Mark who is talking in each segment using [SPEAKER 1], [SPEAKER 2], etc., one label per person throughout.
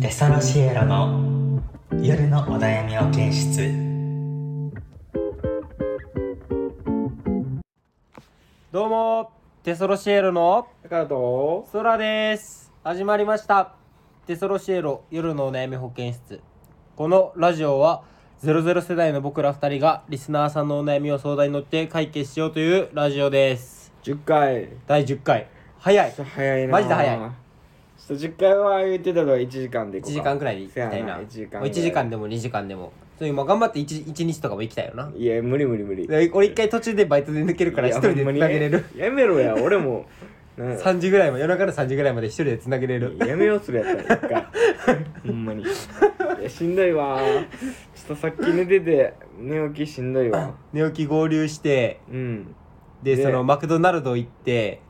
[SPEAKER 1] テソロシエロの夜のお悩みを検出
[SPEAKER 2] どうもテソロシエロの
[SPEAKER 3] だからと
[SPEAKER 2] ソラです始まりましたテソロシエロ夜のお悩み保健室このラジオは00世代の僕ら2人がリスナーさんのお悩みを相談に乗って解決しようというラジオです
[SPEAKER 3] 10回
[SPEAKER 2] 第10回早
[SPEAKER 3] ちょっ
[SPEAKER 2] い
[SPEAKER 3] と早いな
[SPEAKER 2] マジで早い
[SPEAKER 3] ちょっと10回は言ってたのは1時間で
[SPEAKER 2] 1時間くらいで行き
[SPEAKER 3] せや
[SPEAKER 2] たいな
[SPEAKER 3] 1時間
[SPEAKER 2] もう1時間でも2時間でもそういうまあ頑張って 1, 1日とかも行きたいよない
[SPEAKER 3] や無理無理無理
[SPEAKER 2] で俺一回途中でバイトで抜けるから
[SPEAKER 3] い
[SPEAKER 2] 一
[SPEAKER 3] や
[SPEAKER 2] 人で
[SPEAKER 3] ほんま
[SPEAKER 2] 繋
[SPEAKER 3] に
[SPEAKER 2] げれる
[SPEAKER 3] やめろや 俺もなんや
[SPEAKER 2] 3時ぐらいまで夜中の3時ぐらいまで一人で繋げれる
[SPEAKER 3] やめようするやっ たら一回ほんまにいやしんどいわちょっとさっき寝てて寝起きしんどいわ
[SPEAKER 2] 寝起き合流して
[SPEAKER 3] うん
[SPEAKER 2] で
[SPEAKER 3] で
[SPEAKER 2] そのマクドナルド行って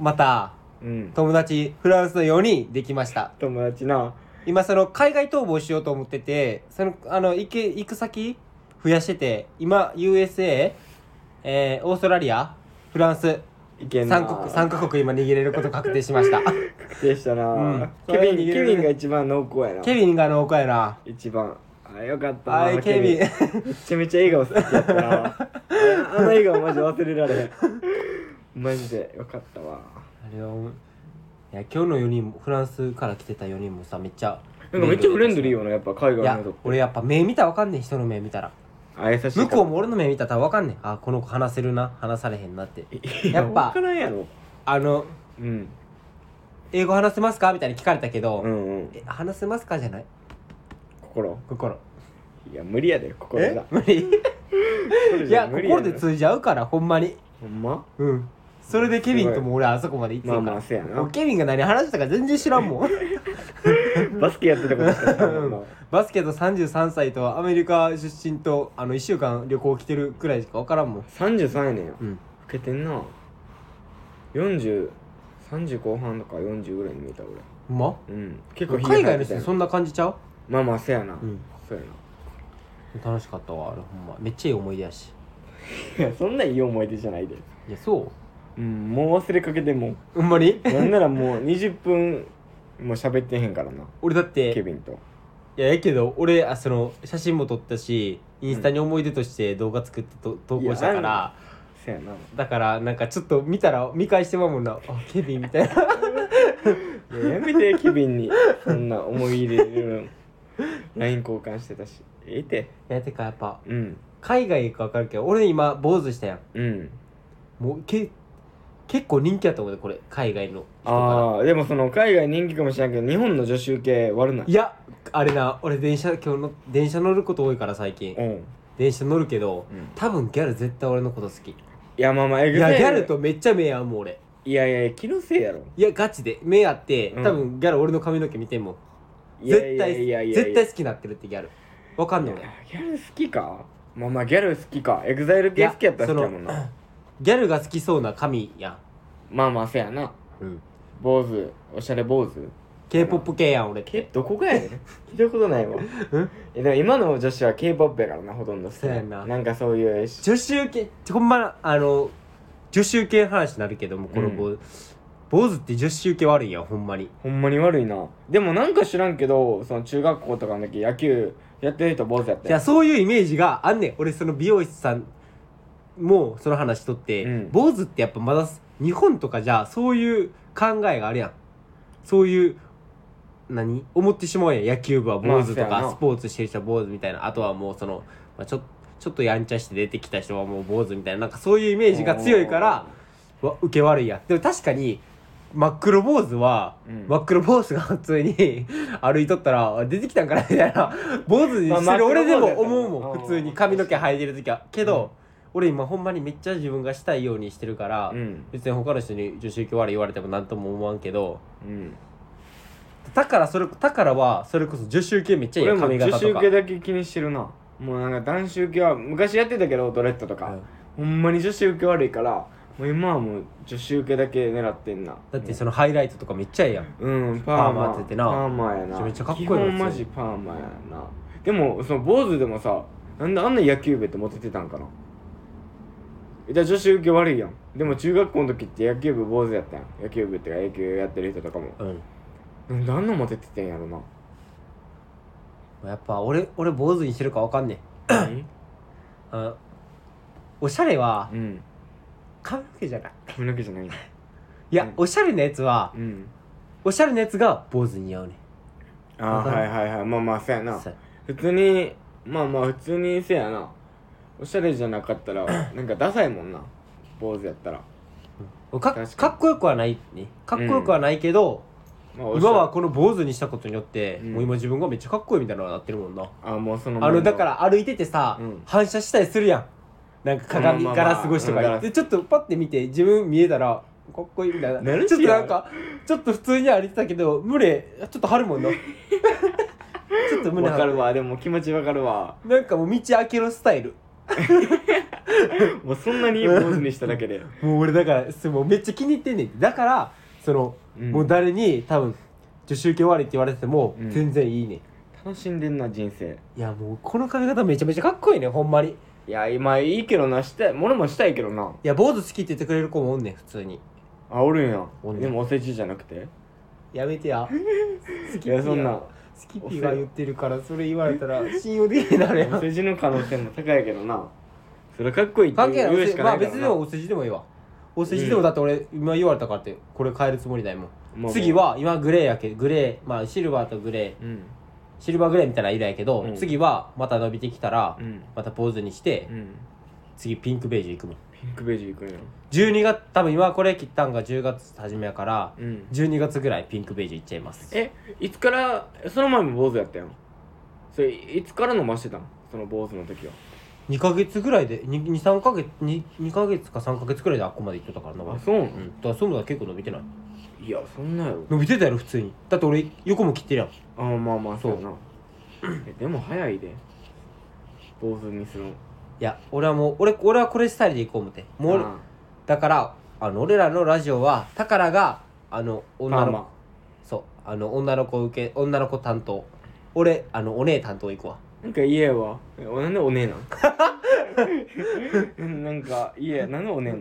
[SPEAKER 2] また
[SPEAKER 3] うん
[SPEAKER 2] 友達フランスの4人できました
[SPEAKER 3] 友達な
[SPEAKER 2] 今その海外逃亡しようと思っててそのあの行け行く先増やしてて今 USA、えーオーストラリアフランス
[SPEAKER 3] いけんな
[SPEAKER 2] 3国三カ国今逃げれること確定しました
[SPEAKER 3] でしたな、
[SPEAKER 2] うんそ
[SPEAKER 3] ケビン
[SPEAKER 2] れ逃げ
[SPEAKER 3] ケ
[SPEAKER 2] れる
[SPEAKER 3] ビンが一番濃厚やな
[SPEAKER 2] ケビンがあの岡やな
[SPEAKER 3] 一番あよかったな
[SPEAKER 2] はいケビン
[SPEAKER 3] めちゃめちゃ笑顔好きやっ たなああの笑顔マジ忘れられへんマジでよかったわ
[SPEAKER 2] あれはいや今日の4人もフランスから来てた4人もさめっちゃ
[SPEAKER 3] なんかめっちゃフレンドリー
[SPEAKER 2] よ
[SPEAKER 3] よなやっぱ海
[SPEAKER 2] い
[SPEAKER 3] 外
[SPEAKER 2] や
[SPEAKER 3] の人って
[SPEAKER 2] 俺やっぱ目見たらわかんねえ人の目見たら
[SPEAKER 3] あ優しい
[SPEAKER 2] 向こうも俺の目見たら多分分かんねんあこの子話せるな話されへんなって
[SPEAKER 3] う
[SPEAKER 2] やっぱ
[SPEAKER 3] 分からんやろ
[SPEAKER 2] あの
[SPEAKER 3] うん
[SPEAKER 2] 英語話せますかみたいに聞かれたけど、
[SPEAKER 3] うんうん
[SPEAKER 2] え話せますかじゃない
[SPEAKER 3] 心
[SPEAKER 2] 心
[SPEAKER 3] いや無理やで心が
[SPEAKER 2] 無理
[SPEAKER 3] 心
[SPEAKER 2] い
[SPEAKER 3] じゃ
[SPEAKER 2] や
[SPEAKER 3] 無理や
[SPEAKER 2] 心
[SPEAKER 3] で
[SPEAKER 2] で通じ合うからほんまに
[SPEAKER 3] ほんま
[SPEAKER 2] うんそれでケビンとも俺あそこまで行って
[SPEAKER 3] まあ
[SPEAKER 2] るか
[SPEAKER 3] まあ
[SPEAKER 2] ら、
[SPEAKER 3] せや
[SPEAKER 2] もう
[SPEAKER 3] な
[SPEAKER 2] ケビンが何話したか全然知らんもん
[SPEAKER 3] バスケやってたことしか知らんもんな
[SPEAKER 2] バスケット33歳とアメリカ出身とあの1週間旅行来てるくらいしか分からんもん
[SPEAKER 3] 33やねんよ
[SPEAKER 2] うん
[SPEAKER 3] 老けてんな4030後半とか40ぐらいに見えた俺
[SPEAKER 2] ほんま
[SPEAKER 3] うん結構
[SPEAKER 2] 海外の
[SPEAKER 3] 人
[SPEAKER 2] 人そんな感じちゃう
[SPEAKER 3] まあまあせやな、
[SPEAKER 2] うん
[SPEAKER 3] そうやな
[SPEAKER 2] 楽しかったわあれほんまめっちゃいい思い出やし
[SPEAKER 3] いやそんないい思い出じゃないで
[SPEAKER 2] いやそう
[SPEAKER 3] うんもう忘れかけてんもん
[SPEAKER 2] ほんまに
[SPEAKER 3] なんならもう20分も喋ってへんからな
[SPEAKER 2] 俺だっ
[SPEAKER 3] ケ
[SPEAKER 2] て
[SPEAKER 3] ビンと
[SPEAKER 2] いややけど俺あその写真も撮ったしインスタに思い出として動画作ってと投稿したか
[SPEAKER 3] いや
[SPEAKER 2] ら
[SPEAKER 3] せやな
[SPEAKER 2] だからなんかちょっと見たら見返してまうもんなあケビンみたいな
[SPEAKER 3] いややめ てケビンにそんな思い入れる LINE 交換してたしええて
[SPEAKER 2] いやてかやっぱ
[SPEAKER 3] うん
[SPEAKER 2] 海外行くか分かるけど俺今坊主したやん
[SPEAKER 3] うん
[SPEAKER 2] もうけ結構人気やと思うでこれ海外の人か
[SPEAKER 3] ああでもその海外人気かもしれんけど日本の女子受け悪な
[SPEAKER 2] らい
[SPEAKER 3] い
[SPEAKER 2] やあれな俺電車今日の電車乗ること多いから最近
[SPEAKER 3] うん、
[SPEAKER 2] 電車乗るけど
[SPEAKER 3] うん、
[SPEAKER 2] 多分ギャル絶対俺のこと好きい
[SPEAKER 3] いやまあまあえぐ
[SPEAKER 2] やギャルとめっちゃ目合うもん俺
[SPEAKER 3] いやいやいや気のせいやろ
[SPEAKER 2] いやガチで目合って
[SPEAKER 3] うん
[SPEAKER 2] 多分ギャル俺の髪の毛見ても
[SPEAKER 3] いや
[SPEAKER 2] 絶
[SPEAKER 3] いやいやい
[SPEAKER 2] 対
[SPEAKER 3] やいや
[SPEAKER 2] 絶対好きになってるってギャルわかんの
[SPEAKER 3] いや
[SPEAKER 2] 俺
[SPEAKER 3] ギャル好きかまあまあギャル好きかエグザイル系好きやったら好きやもん
[SPEAKER 2] いやそ
[SPEAKER 3] な
[SPEAKER 2] ギャルが好きそうな髪や、
[SPEAKER 3] まあまあせやなん
[SPEAKER 2] うん、
[SPEAKER 3] 坊主おしゃれ坊主
[SPEAKER 2] k p o p 系やん俺って
[SPEAKER 3] どこが やねん聞いたことないわえでも今の女子は k p o p やからなほとんど
[SPEAKER 2] そうやな
[SPEAKER 3] なんかそういうし
[SPEAKER 2] 女子受けほんまあの女子受けの話になるけどもこの坊主、坊主って女子受け悪いやんほんまに
[SPEAKER 3] ほんまに悪いなでもなんか知らんけどその中学校とかの時野球やってる人坊主やった
[SPEAKER 2] いや
[SPEAKER 3] よ
[SPEAKER 2] そういうイメージがあんねん俺その美容師さんもその話しとって、
[SPEAKER 3] うん
[SPEAKER 2] 坊主ってやっぱまだ日本とかじゃそういう考えがあるやんそういう何思ってしまうやん野球部は坊主と
[SPEAKER 3] まあそうや
[SPEAKER 2] か
[SPEAKER 3] な
[SPEAKER 2] スポーツしてる人は坊主みたいなあとはもうその、まあ、ちょちょっとやんちゃして出てきた人はもう坊主みたいななんかそういうイメージが強いからわ受け悪いやんでも確かに真っ黒坊主は、
[SPEAKER 3] うん
[SPEAKER 2] 真っ黒坊主が普通に 歩いとったらあ出てきたんかなみたいな坊主にしてる俺でも思う
[SPEAKER 3] まあ真
[SPEAKER 2] も
[SPEAKER 3] っ黒坊主やったらうんん
[SPEAKER 2] 普通に髪の毛生えてる時はけど、俺今ほんまにめっちゃ自分がしたいようにしてるから、
[SPEAKER 3] うん
[SPEAKER 2] 別に他の人に女子受け悪い言われても何とも思わんけど
[SPEAKER 3] うん
[SPEAKER 2] だからそれだからはそれこそ女子受けめっちゃいい
[SPEAKER 3] 俺
[SPEAKER 2] よ
[SPEAKER 3] も
[SPEAKER 2] 髪
[SPEAKER 3] 女
[SPEAKER 2] 型
[SPEAKER 3] 子
[SPEAKER 2] と
[SPEAKER 3] 受
[SPEAKER 2] か
[SPEAKER 3] けだけ気にしてるなもうなんか男子受けは昔やってたけどドレッドとか、
[SPEAKER 2] うん
[SPEAKER 3] ほんまに女子受け悪いからもう今はもう女子受けだけ狙ってんな
[SPEAKER 2] だってそのハイライトとかめっちゃいいやん
[SPEAKER 3] うんパ
[SPEAKER 2] パー
[SPEAKER 3] ー
[SPEAKER 2] マ
[SPEAKER 3] マ
[SPEAKER 2] 当ててな
[SPEAKER 3] パーマやな
[SPEAKER 2] めっちゃかっこいい
[SPEAKER 3] 基
[SPEAKER 2] な
[SPEAKER 3] 本マジパーマやなでもその坊主でもさなんであんな野球部ってモテてたんかなえじゃあ女子受け悪いやんでも中学校の時って野球部坊主やったやん野球部ってか野球やってる人とかも
[SPEAKER 2] うん
[SPEAKER 3] なんであんなモテててんやろ な
[SPEAKER 2] やっぱ俺俺坊主にしてるかわかんねえ
[SPEAKER 3] 何
[SPEAKER 2] あのおしゃれは
[SPEAKER 3] うん
[SPEAKER 2] 髪の毛じゃない
[SPEAKER 3] 髪の毛じゃないんだ
[SPEAKER 2] いや、
[SPEAKER 3] うん
[SPEAKER 2] おしゃれなやつは
[SPEAKER 3] うん
[SPEAKER 2] おしゃれなやつが坊主に似合うね
[SPEAKER 3] あ
[SPEAKER 2] わ
[SPEAKER 3] あ
[SPEAKER 2] かる
[SPEAKER 3] はいはいはいまあまあそうやな
[SPEAKER 2] そう
[SPEAKER 3] 普通にまあまあ普通にせやなおしゃれじゃなかっ たらなんかダサいもんな坊主やったら
[SPEAKER 2] か
[SPEAKER 3] 確かに
[SPEAKER 2] かっこよくはないねかっこよくはないけど、
[SPEAKER 3] まあおしゃ
[SPEAKER 2] 今はこの坊主にしたことによって、
[SPEAKER 3] うん
[SPEAKER 2] もう今自分がめっちゃかっこいいみたいなのになってるもんな、
[SPEAKER 3] あもうその
[SPEAKER 2] あのだから歩いててさ、
[SPEAKER 3] うん
[SPEAKER 2] 反射したりするやんなんか鏡
[SPEAKER 3] まあ
[SPEAKER 2] ガ
[SPEAKER 3] まあまあ
[SPEAKER 2] ラス越しとかに、
[SPEAKER 3] うんガラス
[SPEAKER 2] でちょっとパッて見て自分見えたらかっこいいみたいな
[SPEAKER 3] なるし
[SPEAKER 2] ちょ
[SPEAKER 3] や
[SPEAKER 2] っとなんかちょっと普通に歩いてたけど胸ちょっと張るもん なちょっと胸
[SPEAKER 3] わか
[SPEAKER 2] 張る
[SPEAKER 3] るわでも気持ちわかるわ
[SPEAKER 2] なんかもう道開けろスタイル
[SPEAKER 3] もうそんなに坊主にしただけ で
[SPEAKER 2] もう俺だからそうもうめっちゃ気に入ってんねんてだからその、
[SPEAKER 3] うん
[SPEAKER 2] もう誰に多分女子受け悪いって言われてても、
[SPEAKER 3] うん
[SPEAKER 2] 全然いいねん
[SPEAKER 3] 楽しんでんな人生
[SPEAKER 2] いやもうこの髪型めちゃめちゃかっこいいねほんまに
[SPEAKER 3] いや今いいけどなしたいものもしたいけどない
[SPEAKER 2] や坊主好きって言ってくれる子もおんねん普通に
[SPEAKER 3] あおるんや
[SPEAKER 2] おんねん
[SPEAKER 3] でもおせちじゃなくて
[SPEAKER 2] やめてやス
[SPEAKER 3] いやそんな
[SPEAKER 2] スキッピーが言ってるからそれ言われたら信用できないなるや
[SPEAKER 3] お
[SPEAKER 2] ん
[SPEAKER 3] 世辞の可能性も高いけどなそれかっこいいって
[SPEAKER 2] 関係ない
[SPEAKER 3] 言
[SPEAKER 2] お
[SPEAKER 3] う
[SPEAKER 2] 世
[SPEAKER 3] し
[SPEAKER 2] 辞
[SPEAKER 3] か
[SPEAKER 2] ま
[SPEAKER 3] な
[SPEAKER 2] あ
[SPEAKER 3] いか
[SPEAKER 2] 別
[SPEAKER 3] ら
[SPEAKER 2] に
[SPEAKER 3] な
[SPEAKER 2] でもお世辞でもいいわお世辞でもだって俺今言われたからってこれ変えるつもりないもん、
[SPEAKER 3] まあ
[SPEAKER 2] 次は今グレーやけグレーまあシルバーとグレー
[SPEAKER 3] うん
[SPEAKER 2] シルバーグレーみたいな色やけど、
[SPEAKER 3] うん
[SPEAKER 2] 次はまた伸びてきたら、
[SPEAKER 3] うん
[SPEAKER 2] またポーズにして、
[SPEAKER 3] うん
[SPEAKER 2] 次ピンクベージュいくもん
[SPEAKER 3] ピンクベージュいくんや
[SPEAKER 2] 12月多分今これ切ったんが10月初めやから、
[SPEAKER 3] うん
[SPEAKER 2] 12月ぐらいピンクベージュいっちゃいます
[SPEAKER 3] えいつからその前も坊主やったやんそれいつから伸ばしてたんその坊主の時は
[SPEAKER 2] 2ヶ月ぐらいで23ヶ月 2, 2ヶ月か3ヶ月ぐらいであっこまで行っとったからな俺
[SPEAKER 3] あそうなの
[SPEAKER 2] うんだからそういうのは結構伸びてない
[SPEAKER 3] いやそんなよ
[SPEAKER 2] 伸びてたやろ普通にだって俺横も切ってるやん
[SPEAKER 3] あまあまあ
[SPEAKER 2] そ
[SPEAKER 3] そううやなえでも早いで坊主にするの
[SPEAKER 2] いや俺はもう俺俺はこれスタイルでいこう思ってもう
[SPEAKER 3] あ
[SPEAKER 2] だからあの俺らのラジオは宝があの
[SPEAKER 3] あ
[SPEAKER 2] 女
[SPEAKER 3] まあ
[SPEAKER 2] の
[SPEAKER 3] ま
[SPEAKER 2] そうあの女の子受け女の子担当俺あのお姉担当行くわ
[SPEAKER 3] あなんか家はえなんでお姉なん なんか家なんでお姉なん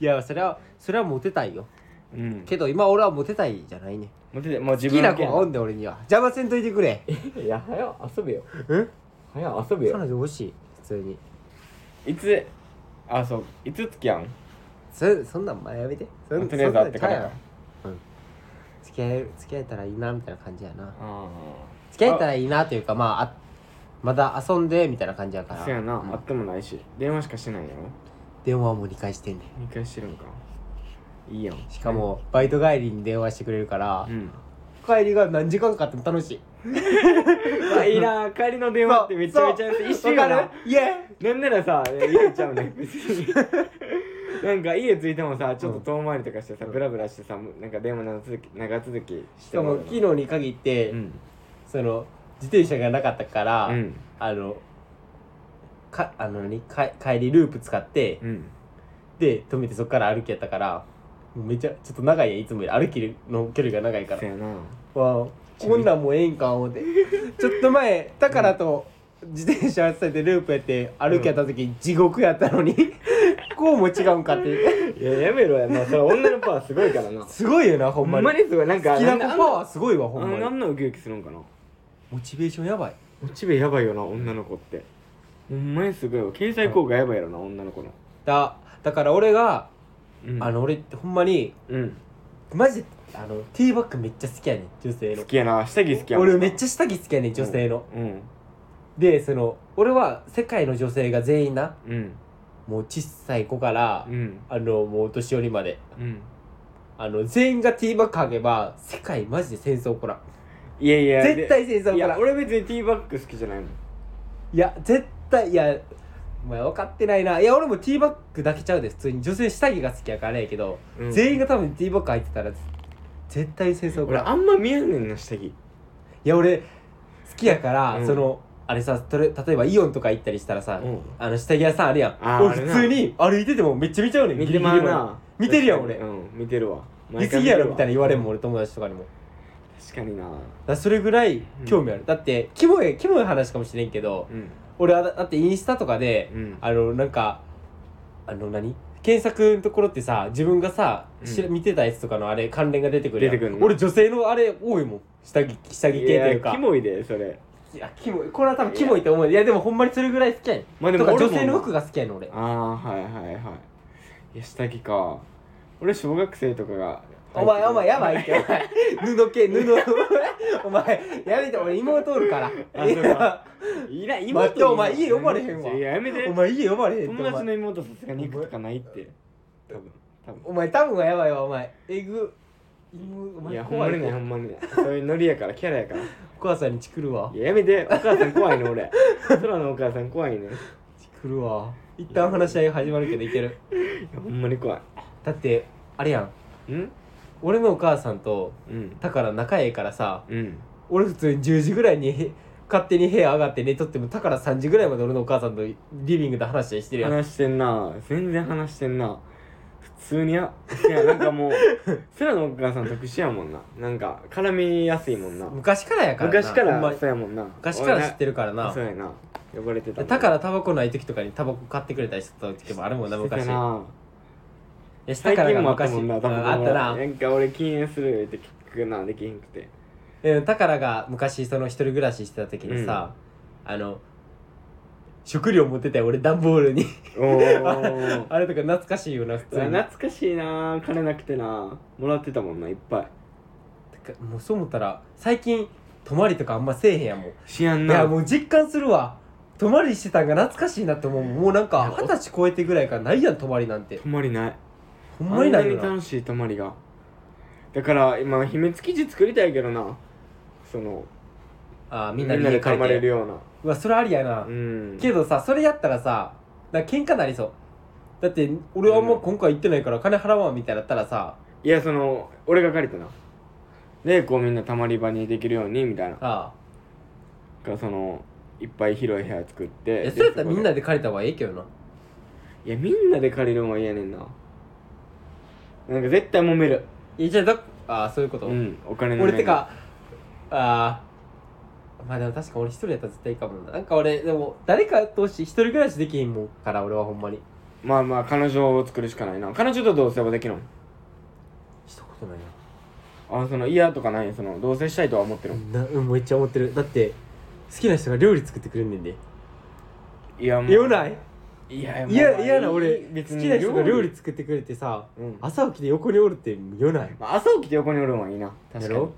[SPEAKER 2] いやそれはそれはモテたいよ
[SPEAKER 3] うん
[SPEAKER 2] けど今俺はモテたいじゃないね
[SPEAKER 3] もう出てもう自
[SPEAKER 2] 好き
[SPEAKER 3] 分
[SPEAKER 2] な
[SPEAKER 3] の
[SPEAKER 2] 子
[SPEAKER 3] 件
[SPEAKER 2] がおんで俺には邪魔せんといてくれ
[SPEAKER 3] いや早う遊べよ
[SPEAKER 2] え
[SPEAKER 3] 早う遊べ
[SPEAKER 2] 彼女
[SPEAKER 3] よ
[SPEAKER 2] 欲しい普通に
[SPEAKER 3] いつあそういつ付き合うん
[SPEAKER 2] そそんなん前やめてそん
[SPEAKER 3] とりあえず会ってから
[SPEAKER 2] そんなんちゃうやろうん付き合え付き合えたらいいなみたいな感じやな
[SPEAKER 3] あ
[SPEAKER 2] 付き合えたらいいなというかまああまだ遊んでみたいな感じやか
[SPEAKER 3] あ
[SPEAKER 2] ら
[SPEAKER 3] そうやな、
[SPEAKER 2] うん
[SPEAKER 3] 会ってもないし電話しかしてないやろ
[SPEAKER 2] 電話も理解してんねん
[SPEAKER 3] 2回してるんかいいやん
[SPEAKER 2] しかもバイト帰りに電話してくれるから
[SPEAKER 3] う、ん
[SPEAKER 2] 帰りが何時間かかっても楽しい
[SPEAKER 3] あいいな帰りの電話ってめちゃめちゃ一
[SPEAKER 2] 緒
[SPEAKER 3] 瞬やな
[SPEAKER 2] イエ
[SPEAKER 3] なんならさ家ちゃうね別に なんか家着いてもさちょっと遠回りとかしてさ、ブラブラしてさなんか電話長続き長続きし
[SPEAKER 2] してかも
[SPEAKER 3] う
[SPEAKER 2] 昨日に限って、
[SPEAKER 3] うん
[SPEAKER 2] その自転車がなかったから、
[SPEAKER 3] うん
[SPEAKER 2] あのかあの何か帰りループ使って、
[SPEAKER 3] うん
[SPEAKER 2] で止めてそっから歩きやったからもうめちゃちょっと長いやんいつもより歩きの距離が長いから
[SPEAKER 3] そうやな
[SPEAKER 2] わあこんなんもうええんか 思ってちょっと前だからと自転車されてループやって歩きやった時、地獄やったのに こうも違うんかって
[SPEAKER 3] いややめろやなそれ女のパワーすごいからな
[SPEAKER 2] すごいよなほ
[SPEAKER 3] ほ
[SPEAKER 2] ん
[SPEAKER 3] ん
[SPEAKER 2] ま
[SPEAKER 3] ま
[SPEAKER 2] に
[SPEAKER 3] にすごいなんか
[SPEAKER 2] 好きな子
[SPEAKER 3] な
[SPEAKER 2] パ
[SPEAKER 3] んで
[SPEAKER 2] ワーすごいわほ
[SPEAKER 3] あ
[SPEAKER 2] ん
[SPEAKER 3] んな
[SPEAKER 2] ま
[SPEAKER 3] あ
[SPEAKER 2] に
[SPEAKER 3] んなウキウキするんかな
[SPEAKER 2] モチベーションやばい
[SPEAKER 3] モチベやばいよな女の子ってほんまにすごいわ経済効果やばいやろな女の子の、
[SPEAKER 2] だだから俺が、
[SPEAKER 3] うん、
[SPEAKER 2] あの俺ってほんまに
[SPEAKER 3] うん
[SPEAKER 2] マジであのティーバッグめっちゃ好きやねん女性
[SPEAKER 3] 好
[SPEAKER 2] の
[SPEAKER 3] きやな下着好きやもんな
[SPEAKER 2] 俺めっちゃ下着好きやねん女性の、
[SPEAKER 3] うん
[SPEAKER 2] でその俺は世界の女性が全員な
[SPEAKER 3] うん
[SPEAKER 2] もう小さい子から、
[SPEAKER 3] うん
[SPEAKER 2] あのもうお年寄りまで
[SPEAKER 3] うん
[SPEAKER 2] あの全員がティーバッグあげば世界マジで戦争起こらん
[SPEAKER 3] いやいや
[SPEAKER 2] 絶対戦争
[SPEAKER 3] い
[SPEAKER 2] 起こ
[SPEAKER 3] や
[SPEAKER 2] らんいや
[SPEAKER 3] 俺別にティーバッグ好きじゃないもん
[SPEAKER 2] 絶対いやお前分かってないないや俺もティーバッグだけちゃうで普通に女性下着が好きやからあれやけど、
[SPEAKER 3] うん
[SPEAKER 2] 全員が多分ティーバッグ入ってたらぜ絶対戦争起こ
[SPEAKER 3] 俺
[SPEAKER 2] らんい
[SPEAKER 3] あんま見えんねんな下着
[SPEAKER 2] や俺好きやから、
[SPEAKER 3] うん
[SPEAKER 2] そのあれさとれ例えばイオンとか行ったりしたらさ、
[SPEAKER 3] うん
[SPEAKER 2] あの下着屋さんあるや
[SPEAKER 3] あ
[SPEAKER 2] ん
[SPEAKER 3] ー
[SPEAKER 2] 俺
[SPEAKER 3] ある
[SPEAKER 2] 普
[SPEAKER 3] な
[SPEAKER 2] 通に歩いててもめっちゃ見ちゃうねん
[SPEAKER 3] 見
[SPEAKER 2] ギ
[SPEAKER 3] て
[SPEAKER 2] リギリま
[SPEAKER 3] ま
[SPEAKER 2] で
[SPEAKER 3] うな
[SPEAKER 2] 見てるやん
[SPEAKER 3] 確
[SPEAKER 2] 俺
[SPEAKER 3] かにうん見てるわ
[SPEAKER 2] 見すぎやろみたいな
[SPEAKER 3] な
[SPEAKER 2] 言われんもん俺友達とかにも
[SPEAKER 3] 確かにな
[SPEAKER 2] だからそれぐらい興味ある、だってキモいキモい話かもしれんけど、
[SPEAKER 3] うん
[SPEAKER 2] 俺はだだってインスタとかで、
[SPEAKER 3] うん
[SPEAKER 2] あのなんかあの何化検索のところってさ自分がさ、し
[SPEAKER 3] うん
[SPEAKER 2] 見てたやつとかのあれ関連が出てくるやん
[SPEAKER 3] 出てくるね
[SPEAKER 2] 俺女性のあれ多いもん下着下着系というか
[SPEAKER 3] やキモいでそれ
[SPEAKER 2] いやキモいこれは多分キモいと思ういやでもほんまにそれぐらい好きやねん、
[SPEAKER 3] まあでも
[SPEAKER 2] とか
[SPEAKER 3] 俺
[SPEAKER 2] 女
[SPEAKER 3] も
[SPEAKER 2] 性の服が好きやねん俺
[SPEAKER 3] ああはいはいはいいや下着か俺小学生とかが
[SPEAKER 2] お前お前やばいってお前布系布 お前やめて俺妹おるから
[SPEAKER 3] あ
[SPEAKER 2] い
[SPEAKER 3] そう
[SPEAKER 2] や
[SPEAKER 3] かいら今
[SPEAKER 2] 待ってお前家呼ばれへんわ
[SPEAKER 3] いややめて
[SPEAKER 2] お前家呼ばれへんって
[SPEAKER 3] 友
[SPEAKER 2] お
[SPEAKER 3] 達の
[SPEAKER 2] 前
[SPEAKER 3] 妹さすがに行くとかないって多分多分
[SPEAKER 2] お前多分はやばいわお前えぐ妹お
[SPEAKER 3] い
[SPEAKER 2] 前
[SPEAKER 3] やほんま
[SPEAKER 2] 怖い
[SPEAKER 3] にねほんまにねそういうノリやからキャラやから
[SPEAKER 2] お母さんにチクるわ
[SPEAKER 3] いややめてお母さん怖いね俺空のお母さん怖いね
[SPEAKER 2] チクるわ一旦話し合い始まるけどいける
[SPEAKER 3] いやほんまに怖い
[SPEAKER 2] だってあれやん
[SPEAKER 3] うん
[SPEAKER 2] 俺のお母さんと
[SPEAKER 3] うん
[SPEAKER 2] だから仲ええからさ
[SPEAKER 3] うん
[SPEAKER 2] 俺普通に10時ぐらいにへ勝手に部屋上がって寝とってもだから3時ぐらいまで俺のお母さんとリビングで話したりしてるやん
[SPEAKER 3] 話してんな全然話してんな普通にあいやなん かもう空のお母さん特殊やもんななんか絡みやすいもんな
[SPEAKER 2] 昔からやからな
[SPEAKER 3] 昔か
[SPEAKER 2] ほんま
[SPEAKER 3] ら
[SPEAKER 2] に
[SPEAKER 3] そうやもんな
[SPEAKER 2] 昔から知って
[SPEAKER 3] る
[SPEAKER 2] るからな
[SPEAKER 3] そうやな呼ばれてた
[SPEAKER 2] だからタバコない時とかにタバコ買ってくれたりしてた時もあるもんな
[SPEAKER 3] してた
[SPEAKER 2] 昔い
[SPEAKER 3] な
[SPEAKER 2] やした
[SPEAKER 3] 最
[SPEAKER 2] からが
[SPEAKER 3] 近もあった
[SPEAKER 2] 昔
[SPEAKER 3] もんな
[SPEAKER 2] うん
[SPEAKER 3] タバコも
[SPEAKER 2] あったなん
[SPEAKER 3] か俺禁煙するって聞くなできへんくて
[SPEAKER 2] うんだからが昔その一人暮らししてた時にさあの食料持ってたよ俺段ボールに
[SPEAKER 3] お お
[SPEAKER 2] あれとか懐かしいよな普通に
[SPEAKER 3] 懐かしいな金なくてなもらってたもんないっぱい
[SPEAKER 2] てかもうそう思ったら最近泊まりとかあんませえへんやもん
[SPEAKER 3] 知らん
[SPEAKER 2] いやもう実感するわ泊まりしてたんが懐かしいなって思うもうなん
[SPEAKER 3] い
[SPEAKER 2] か
[SPEAKER 3] や
[SPEAKER 2] 二十歳超えてぐらいからないやん泊まりなんて
[SPEAKER 3] 泊まりない
[SPEAKER 2] ほんまにない
[SPEAKER 3] あん
[SPEAKER 2] よ
[SPEAKER 3] な
[SPEAKER 2] な
[SPEAKER 3] 楽しい泊まりがだから今秘密基地作りたいけどなその
[SPEAKER 2] あーみ
[SPEAKER 3] み
[SPEAKER 2] ん
[SPEAKER 3] ん
[SPEAKER 2] な
[SPEAKER 3] な
[SPEAKER 2] に家
[SPEAKER 3] で
[SPEAKER 2] 帰
[SPEAKER 3] 泊まれ
[SPEAKER 2] っ
[SPEAKER 3] る
[SPEAKER 2] て
[SPEAKER 3] ような
[SPEAKER 2] うわそれありやな
[SPEAKER 3] うん
[SPEAKER 2] けどさそれやったらさなんか喧嘩なりそうだって俺はあんま今回行ってないから金払わんみたいだったらさ
[SPEAKER 3] いやその俺が借りたなでこうみんな泊まり場にできるようにみたいなだ
[SPEAKER 2] ああ
[SPEAKER 3] からそのいっぱい広い部屋作って
[SPEAKER 2] え
[SPEAKER 3] で
[SPEAKER 2] そうやったら
[SPEAKER 3] こで
[SPEAKER 2] みんなで借りた方がええけどない
[SPEAKER 3] やみんなで借りるのは嫌ねんななんか絶対揉める
[SPEAKER 2] えじゃあだああそういうこと、
[SPEAKER 3] うんお金の面
[SPEAKER 2] 俺
[SPEAKER 3] で
[SPEAKER 2] てかああまあでも確か俺一人やったら絶対いいかもななんか俺でも誰かとし一人暮らしできひんもんから俺はほんまに
[SPEAKER 3] まあまあ彼女を作るしかないな彼女と同棲はできるの
[SPEAKER 2] したことないな
[SPEAKER 3] あその嫌とかないその同棲したいとは思ってるの
[SPEAKER 2] なうんめっちゃ思ってるだって好きな人が料理作ってくれんねんで
[SPEAKER 3] いやもう
[SPEAKER 2] 言わない
[SPEAKER 3] いや
[SPEAKER 2] いや嫌な俺
[SPEAKER 3] 別
[SPEAKER 2] 好
[SPEAKER 3] に
[SPEAKER 2] きな人が料理
[SPEAKER 3] 作
[SPEAKER 2] 作ってくれてさ
[SPEAKER 3] うん
[SPEAKER 2] 朝起きて横におるって言わない
[SPEAKER 3] まあ朝起きて横におるのはいいな確
[SPEAKER 2] や
[SPEAKER 3] かに
[SPEAKER 2] ろ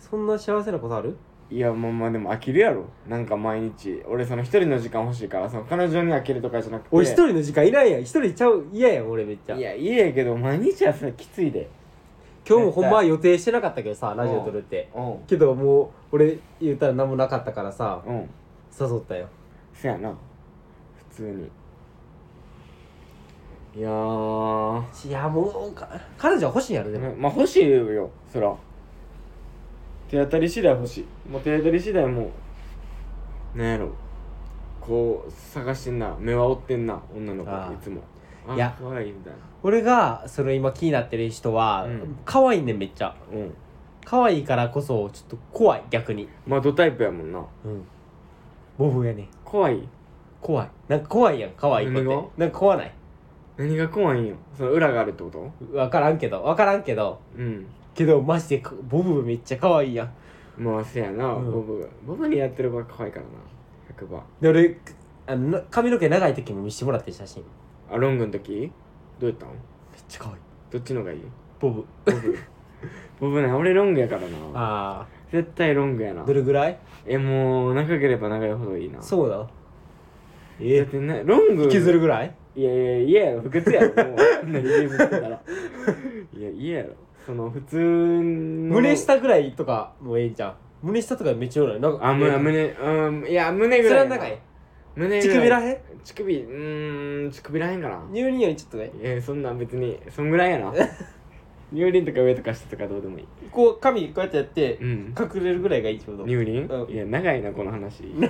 [SPEAKER 2] そんな幸せなことある
[SPEAKER 3] いやまあまあでも飽きるやろなんか毎日俺その一人の時間欲しいからその彼女に飽きるとかじゃなくて
[SPEAKER 2] 俺一人の時間いないやん一人ちゃう嫌やん俺めっちゃ
[SPEAKER 3] い
[SPEAKER 2] 今
[SPEAKER 3] や家やけど毎日はさきついで
[SPEAKER 2] 日もほんまは予定してなかったけどさラジオ撮るって
[SPEAKER 3] うん
[SPEAKER 2] けどもう俺言ったら何もなかったからさ
[SPEAKER 3] うん
[SPEAKER 2] 誘ったよ
[SPEAKER 3] そやな普通にいやー
[SPEAKER 2] いやもうか彼女は欲しいんやろでも
[SPEAKER 3] まあ欲しいよそら手当たり次第欲しいもう手当たり次第もうなんやろこう探してんな目は追ってんな女の子
[SPEAKER 2] ああ
[SPEAKER 3] いつも
[SPEAKER 2] いや
[SPEAKER 3] 可愛いみたいな
[SPEAKER 2] 俺がその今気になってる人は
[SPEAKER 3] うん
[SPEAKER 2] 可愛いねんめっちゃ
[SPEAKER 3] うん
[SPEAKER 2] 可愛いからこそちょっと怖い逆に
[SPEAKER 3] まあドタイプやもんな
[SPEAKER 2] うんボブやねん
[SPEAKER 3] 怖い
[SPEAKER 2] 怖いなんか怖いやん可愛い子って
[SPEAKER 3] 何が
[SPEAKER 2] なんか怖ない
[SPEAKER 3] 何が怖いんよその裏があるってこと
[SPEAKER 2] 分からんけど分からんけど
[SPEAKER 3] うん
[SPEAKER 2] けどマジでかボブめっちゃ可愛いやん
[SPEAKER 3] まあせやな、
[SPEAKER 2] うん
[SPEAKER 3] ボブボブにやってる子は可愛いからな100番
[SPEAKER 2] で俺あのな髪の毛長い時も見してもらってる写真め
[SPEAKER 3] あロングの時どうやったん
[SPEAKER 2] っちゃ可愛い
[SPEAKER 3] どっちのがいい
[SPEAKER 2] ボブ
[SPEAKER 3] ボブボブね俺ロングやからな
[SPEAKER 2] ああ
[SPEAKER 3] 絶対ロングやな
[SPEAKER 2] どれぐらい
[SPEAKER 3] えもう長ければ長いほどいいな
[SPEAKER 2] そうな
[SPEAKER 3] え
[SPEAKER 2] え
[SPEAKER 3] だってねロング
[SPEAKER 2] 引きずるぐらい
[SPEAKER 3] いやいやいや不屈やろもうあんなに家ぶつけたらいやいややろその普通の
[SPEAKER 2] 胸下ぐらいとかもええんじゃん胸下とかめっちゃおるなんか
[SPEAKER 3] あむ
[SPEAKER 2] ええ
[SPEAKER 3] 胸うんいや胸
[SPEAKER 2] そ
[SPEAKER 3] ぐ
[SPEAKER 2] れ
[SPEAKER 3] ら
[SPEAKER 2] はい
[SPEAKER 3] やな
[SPEAKER 2] 長い
[SPEAKER 3] 胸ぐらい
[SPEAKER 2] 乳首らへん
[SPEAKER 3] 乳首うーん乳首らへんかな
[SPEAKER 2] 乳輪よりちょっとね
[SPEAKER 3] えそんなん別にそんぐらい やな乳輪とか上とか下とかどうでもいい
[SPEAKER 2] こう髪こうやってやって
[SPEAKER 3] うん
[SPEAKER 2] 隠れるぐらいがいいちょうど
[SPEAKER 3] 乳輪、
[SPEAKER 2] うん
[SPEAKER 3] いや長 いなこの話乳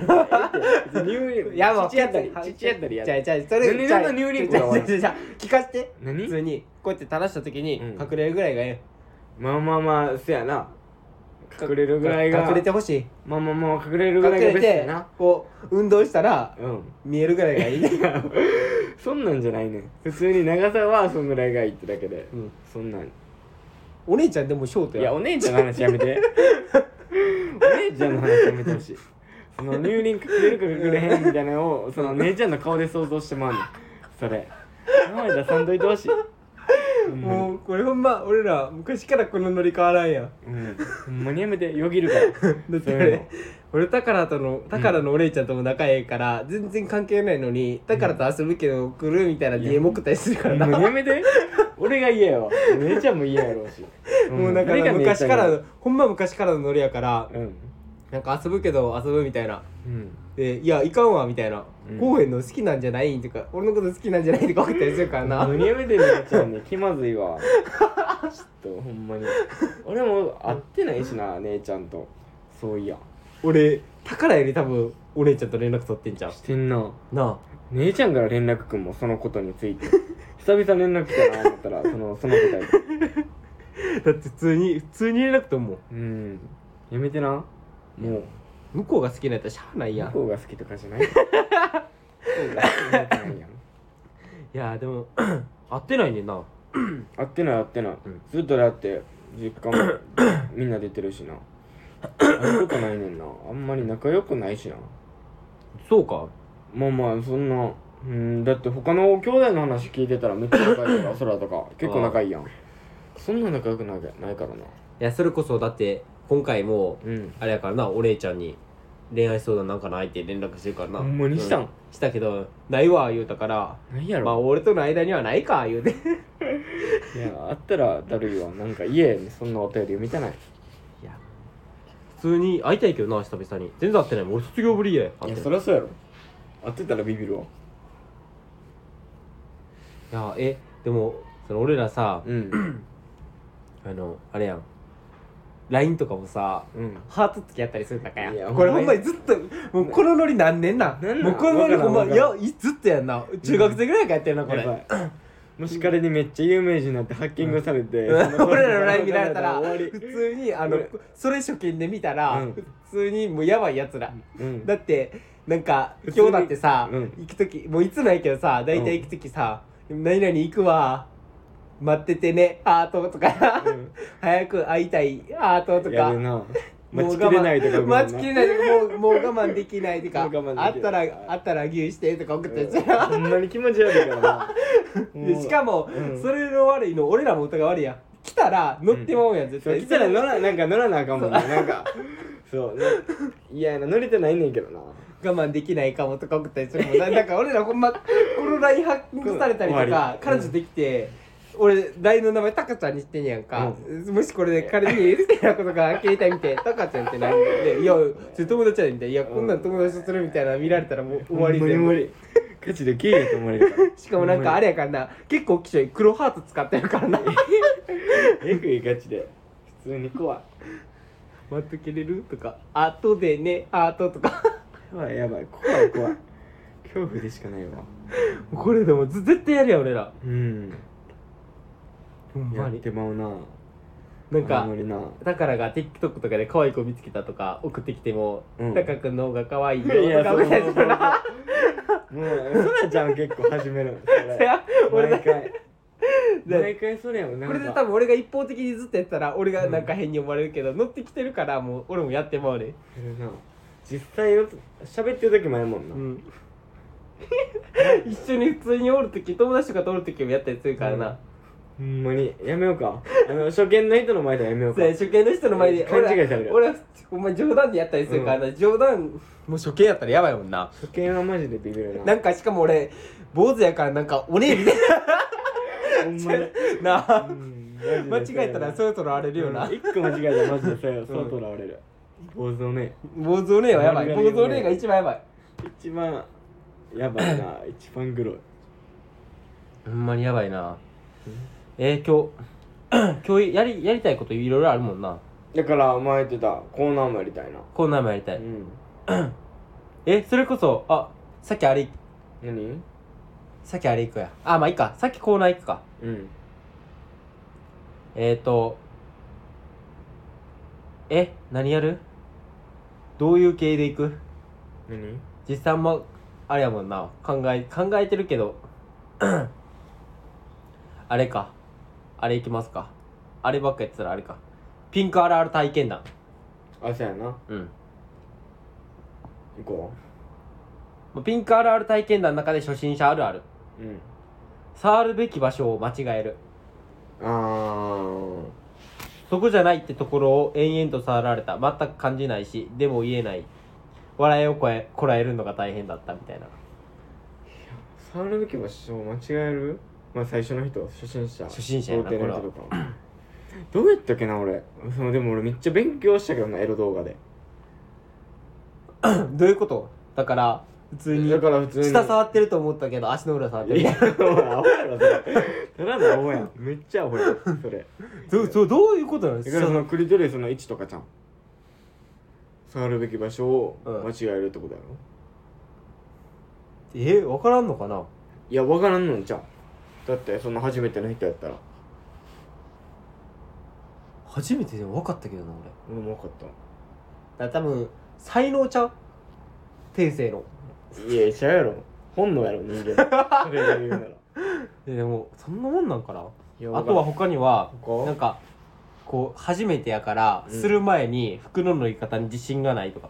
[SPEAKER 3] 輪
[SPEAKER 2] やば
[SPEAKER 3] ちっちゃいあたりちっちゃいあたりや
[SPEAKER 2] じゃあじゃあそれ
[SPEAKER 3] 何
[SPEAKER 2] じゃあ
[SPEAKER 3] 何何
[SPEAKER 2] じゃあじゃあじゃあじゃあ聞かせて
[SPEAKER 3] 何
[SPEAKER 2] 普通にこうやって垂らした時に
[SPEAKER 3] うん
[SPEAKER 2] 隠れるぐらいがえ
[SPEAKER 3] まあまあまあせやな
[SPEAKER 2] え
[SPEAKER 3] 隠れるぐらいが
[SPEAKER 2] 隠れてほしい
[SPEAKER 3] まあまあまあ隠れる
[SPEAKER 2] 隠
[SPEAKER 3] ぐらいが
[SPEAKER 2] れ
[SPEAKER 3] ベストや
[SPEAKER 2] て
[SPEAKER 3] な
[SPEAKER 2] こう運動したら
[SPEAKER 3] うん
[SPEAKER 2] 見えるぐらいがいいね
[SPEAKER 3] そんなんじゃないねん普通に長さはそんぐらいがいいってだけで、
[SPEAKER 2] うん
[SPEAKER 3] そんなん
[SPEAKER 2] お姉ちゃんでもショート
[SPEAKER 3] い
[SPEAKER 2] や
[SPEAKER 3] やお姉ちゃんの話やめ てお姉ちゃんの話やめてほしいその乳輪かけるかかけれへんみたいなのをその姉ちゃんの顔で想像してまうのそれ名前出さんといて ほしいほんまに
[SPEAKER 2] もうこれほんま俺ら昔からこの乗り変わらんやん
[SPEAKER 3] うんほんまにやめてよぎ るから
[SPEAKER 2] だって
[SPEAKER 3] そういう
[SPEAKER 2] 俺
[SPEAKER 3] の
[SPEAKER 2] 俺タカラとのタカラのお姉ちゃんとも仲いいから、全然関係ないのにタカラと遊ぶけど来るみたいな DM 送ったりするからな
[SPEAKER 3] もうやめて俺が嫌やわ姉ちゃんも嫌やろうし
[SPEAKER 2] もうなんか
[SPEAKER 3] 俺が姉ちゃん
[SPEAKER 2] 昔から
[SPEAKER 3] や
[SPEAKER 2] のほんま昔からのノリやから
[SPEAKER 3] うん
[SPEAKER 2] なんか遊ぶけど遊ぶみたいな
[SPEAKER 3] うん
[SPEAKER 2] で「いやいかんわ」みたいな
[SPEAKER 3] う
[SPEAKER 2] 「
[SPEAKER 3] ん
[SPEAKER 2] こうへんの好きなんじゃない?」とか「俺のこと好きなんじゃない?」とか送ったりするからな
[SPEAKER 3] もうやめて姉ちゃんね気まずいわちょっとほんまに俺も会ってないしな姉ちゃんとそういや
[SPEAKER 2] 俺タカラより多分お姉ちゃんと連絡取ってんじゃん
[SPEAKER 3] してんな
[SPEAKER 2] な
[SPEAKER 3] 姉ちゃんから連絡くんもそのことについて久々連絡来たなと思ったらそのその答え
[SPEAKER 2] あだって普通に普通に連絡とも
[SPEAKER 3] うんやめてなもう
[SPEAKER 2] う向こうが好きなんやったらしゃあないやん
[SPEAKER 3] 向こうが好きとかじゃない 向こうが好きなんてないやん
[SPEAKER 2] いやでも 合ってないねんな
[SPEAKER 3] 会ってない会ってない、
[SPEAKER 2] うん
[SPEAKER 3] ずっとだって実 家もみんな出てるしな会うことないねんなあんまり仲良くないしな
[SPEAKER 2] そうか
[SPEAKER 3] まあまあそんなうんだって他の兄弟の話聞いてたらめっちゃ仲いいから空とか結構仲いいやんそんな仲良くないないからない
[SPEAKER 2] やそれこそだって今回も
[SPEAKER 3] うん
[SPEAKER 2] あれやからなお姉ちゃんに恋愛相談なんかないって連絡してるからな
[SPEAKER 3] ほんまにしたん
[SPEAKER 2] うしたけど「ないわ」言うたから
[SPEAKER 3] ないや
[SPEAKER 2] 「まあ
[SPEAKER 3] ろ、
[SPEAKER 2] 俺との間にはないか」言うて
[SPEAKER 3] いやあったらだるいわなんか家にそんなお便り読みたない
[SPEAKER 2] いや普通に会いたいけどな久々に全然会ってないもん俺卒業ぶりや
[SPEAKER 3] い
[SPEAKER 2] 会っ
[SPEAKER 3] や
[SPEAKER 2] て
[SPEAKER 3] そ
[SPEAKER 2] ない
[SPEAKER 3] りゃそうやろ会ってたらビビるわ
[SPEAKER 2] いやえでもその俺らさ
[SPEAKER 3] うん
[SPEAKER 2] あのあれやん LINE とかもさ
[SPEAKER 3] うん
[SPEAKER 2] ハートつきあったりするだかや
[SPEAKER 3] いや
[SPEAKER 2] これほ
[SPEAKER 3] ほ
[SPEAKER 2] ん
[SPEAKER 3] ん
[SPEAKER 2] まに
[SPEAKER 3] まに
[SPEAKER 2] ずっともうこのノリ何年なん
[SPEAKER 3] なんな
[SPEAKER 2] も
[SPEAKER 3] ん
[SPEAKER 2] うこのノリほんま
[SPEAKER 3] わか
[SPEAKER 2] い
[SPEAKER 3] らんわ
[SPEAKER 2] や
[SPEAKER 3] から
[SPEAKER 2] いずっとやんな中学生ぐらいからやってるなこれ
[SPEAKER 3] やばいもし彼にめっちゃ有名人になってハッキングされ て、
[SPEAKER 2] 俺らの LINE 見られたら
[SPEAKER 3] 終わ
[SPEAKER 2] 普通にあの
[SPEAKER 3] 俺
[SPEAKER 2] それ初見で見たら
[SPEAKER 3] うん
[SPEAKER 2] 普通にもうやばいやつら
[SPEAKER 3] りうん
[SPEAKER 2] だってなんか
[SPEAKER 3] 普通に
[SPEAKER 2] 今日だってさ
[SPEAKER 3] うん
[SPEAKER 2] 行く時もういつもないけどさ大体行く時さ「何々行くわ待っててねハート」とか
[SPEAKER 3] うん
[SPEAKER 2] 「 早く会いたいハート」と
[SPEAKER 3] や
[SPEAKER 2] か
[SPEAKER 3] るな
[SPEAKER 2] も
[SPEAKER 3] 待
[SPEAKER 2] う
[SPEAKER 3] ち
[SPEAKER 2] 我慢
[SPEAKER 3] きれないとか
[SPEAKER 2] 待ちきれないとかもうもう我慢できないとか
[SPEAKER 3] もう我慢できない
[SPEAKER 2] あったらあったら牛してとか送ったりする
[SPEAKER 3] うんほんまに気持ち悪いからな
[SPEAKER 2] でしかも、
[SPEAKER 3] うん
[SPEAKER 2] それの悪いの俺らも疑われやん来たら乗ってまうやん、絶
[SPEAKER 3] そう
[SPEAKER 2] 対
[SPEAKER 3] 来たら乗らなんか乗らなあかんもんねなんかそうねいやな乗れてないねんけどな
[SPEAKER 2] 我慢できないかもとか送ったりするもんななんか俺らほんまこの LINE ハッキングされたりと
[SPEAKER 3] 終わ
[SPEAKER 2] か彼
[SPEAKER 3] り
[SPEAKER 2] 女できて、俺 LINE の名前タカちゃんにしてんやんか、もしこれで彼に好きなことが携帯見てタカちゃんって何でいやそれ友達やねんみたいないやこんなん友達とするみたいなの見られたらもう終わり
[SPEAKER 3] ほんま
[SPEAKER 2] で
[SPEAKER 3] に無理ガチでゲイやと思われるから
[SPEAKER 2] しかもなんかあれやからな結構きしょい黒ハート使ってるからな
[SPEAKER 3] えぐいガチで普通に怖い
[SPEAKER 2] 待ってくれるとか「あとでねあと」とか
[SPEAKER 3] やばいやばい怖い怖い恐怖でしかないわ
[SPEAKER 2] これでもず絶対やるやん俺ら
[SPEAKER 3] うん
[SPEAKER 2] ほん
[SPEAKER 3] や
[SPEAKER 2] ま
[SPEAKER 3] っ
[SPEAKER 2] に
[SPEAKER 3] てまうな
[SPEAKER 2] なん
[SPEAKER 3] あ
[SPEAKER 2] か
[SPEAKER 3] んまりな
[SPEAKER 2] だからが TikTok とかで可愛い子見つけたとか送ってきても「
[SPEAKER 3] うん
[SPEAKER 2] タカ君の方が可愛いよ」
[SPEAKER 3] いや
[SPEAKER 2] とか
[SPEAKER 3] そう
[SPEAKER 2] みたい
[SPEAKER 3] そう
[SPEAKER 2] な
[SPEAKER 3] そう
[SPEAKER 2] な
[SPEAKER 3] もうそらちゃん結構始めるのそ
[SPEAKER 2] そ
[SPEAKER 3] れ
[SPEAKER 2] や 俺だ
[SPEAKER 3] 毎回毎回それやもんなん
[SPEAKER 2] こ
[SPEAKER 3] か
[SPEAKER 2] れで多分俺が一方的にずっとやってたら俺がなんか変に思われるけど、乗ってきてるからもう俺もやってまうね
[SPEAKER 3] やるな実際よ喋ってる時もやもんな、
[SPEAKER 2] うん 一緒に普通におる時友達とかとおる時もやったりするからな、
[SPEAKER 3] ほんまにやめようかあの初見の人の前ではやめようか
[SPEAKER 2] そうや初見の人の前で
[SPEAKER 3] 勘違い
[SPEAKER 2] 俺
[SPEAKER 3] される
[SPEAKER 2] 俺はお前冗談でやったりするからな、冗談もう初見やったらやばいもんな
[SPEAKER 3] 初見はマジでビビるな
[SPEAKER 2] なんかしかも俺坊主やからなんかお姉みたい
[SPEAKER 3] ほんまに
[SPEAKER 2] なな
[SPEAKER 3] うん
[SPEAKER 2] 間
[SPEAKER 3] マ
[SPEAKER 2] 違
[SPEAKER 3] ジ
[SPEAKER 2] え
[SPEAKER 3] でそうやな
[SPEAKER 2] たらそういうとらわれるよな
[SPEAKER 3] うん一個間違えたらマジでそうやそうとらわれる坊主のね
[SPEAKER 2] 坊主お姉はやばい
[SPEAKER 3] 丸
[SPEAKER 2] 坊
[SPEAKER 3] 刈りの
[SPEAKER 2] 主お姉が一番やばい
[SPEAKER 3] 一番やば いな一番グロい
[SPEAKER 2] ほんまにやばいなえー、今日 今日やりやりたいこといろいろあるもんな
[SPEAKER 3] だから前言ってたコーナーもやりたいな
[SPEAKER 2] こんなんもやりた
[SPEAKER 3] う
[SPEAKER 2] い
[SPEAKER 3] ん
[SPEAKER 2] えそれこそあさっきあれ
[SPEAKER 3] 何
[SPEAKER 2] さっきあれ行くやあまあいいかさっきコーナー行くか
[SPEAKER 3] うん
[SPEAKER 2] えーとえ何やるどういう系でいく
[SPEAKER 3] 何
[SPEAKER 2] 実際あんまあれやもんな考え考えてるけど あれかあれいきますかあればっかやってたらあれかピンクあるある体験談
[SPEAKER 3] あそうやな
[SPEAKER 2] うん、
[SPEAKER 3] 行こ
[SPEAKER 2] まあピンクあるある体験談の中で初心者あるある
[SPEAKER 3] ううん
[SPEAKER 2] 触るべき場所を間違える
[SPEAKER 3] あー
[SPEAKER 2] そこじゃないってところを延々と触られた全く感じないしでも言えない笑いをこえこらえるのが大変だったみたいな
[SPEAKER 3] 触るべき場所を間違えるまあ最初の人初心者
[SPEAKER 2] 初心者やな
[SPEAKER 3] 童貞の人とか どうやったっけな俺そのでも俺めっちゃ勉強したけどなエロ動画で
[SPEAKER 2] どういうことだから普通に
[SPEAKER 3] だから普通に
[SPEAKER 2] 下触ってると思ったけど足の裏触って
[SPEAKER 3] い
[SPEAKER 2] る
[SPEAKER 3] やお前アホやろそれただのアホやんめっちゃアホやんそれ
[SPEAKER 2] どどどういうことなんで
[SPEAKER 3] だ
[SPEAKER 2] す
[SPEAKER 3] か
[SPEAKER 2] から
[SPEAKER 3] そのクリトリスの位置とかじゃん触るべき場所を間違えるってことやろ、
[SPEAKER 2] え分からんのかない
[SPEAKER 3] や分からんのんちゃうだってその初めての人やったら
[SPEAKER 2] 初めてでも分かったけどな俺だか
[SPEAKER 3] 俺も分かっ
[SPEAKER 2] ら多分才能ちゃう天性の
[SPEAKER 3] たいや違うやろ本能やろ人間それで言うなら
[SPEAKER 2] えでもそんなもんなんかな
[SPEAKER 3] あと
[SPEAKER 2] あとは他には
[SPEAKER 3] 他
[SPEAKER 2] なんかこう初めてやから
[SPEAKER 3] うん
[SPEAKER 2] する前に服の脱ぎ方に自信がないとか、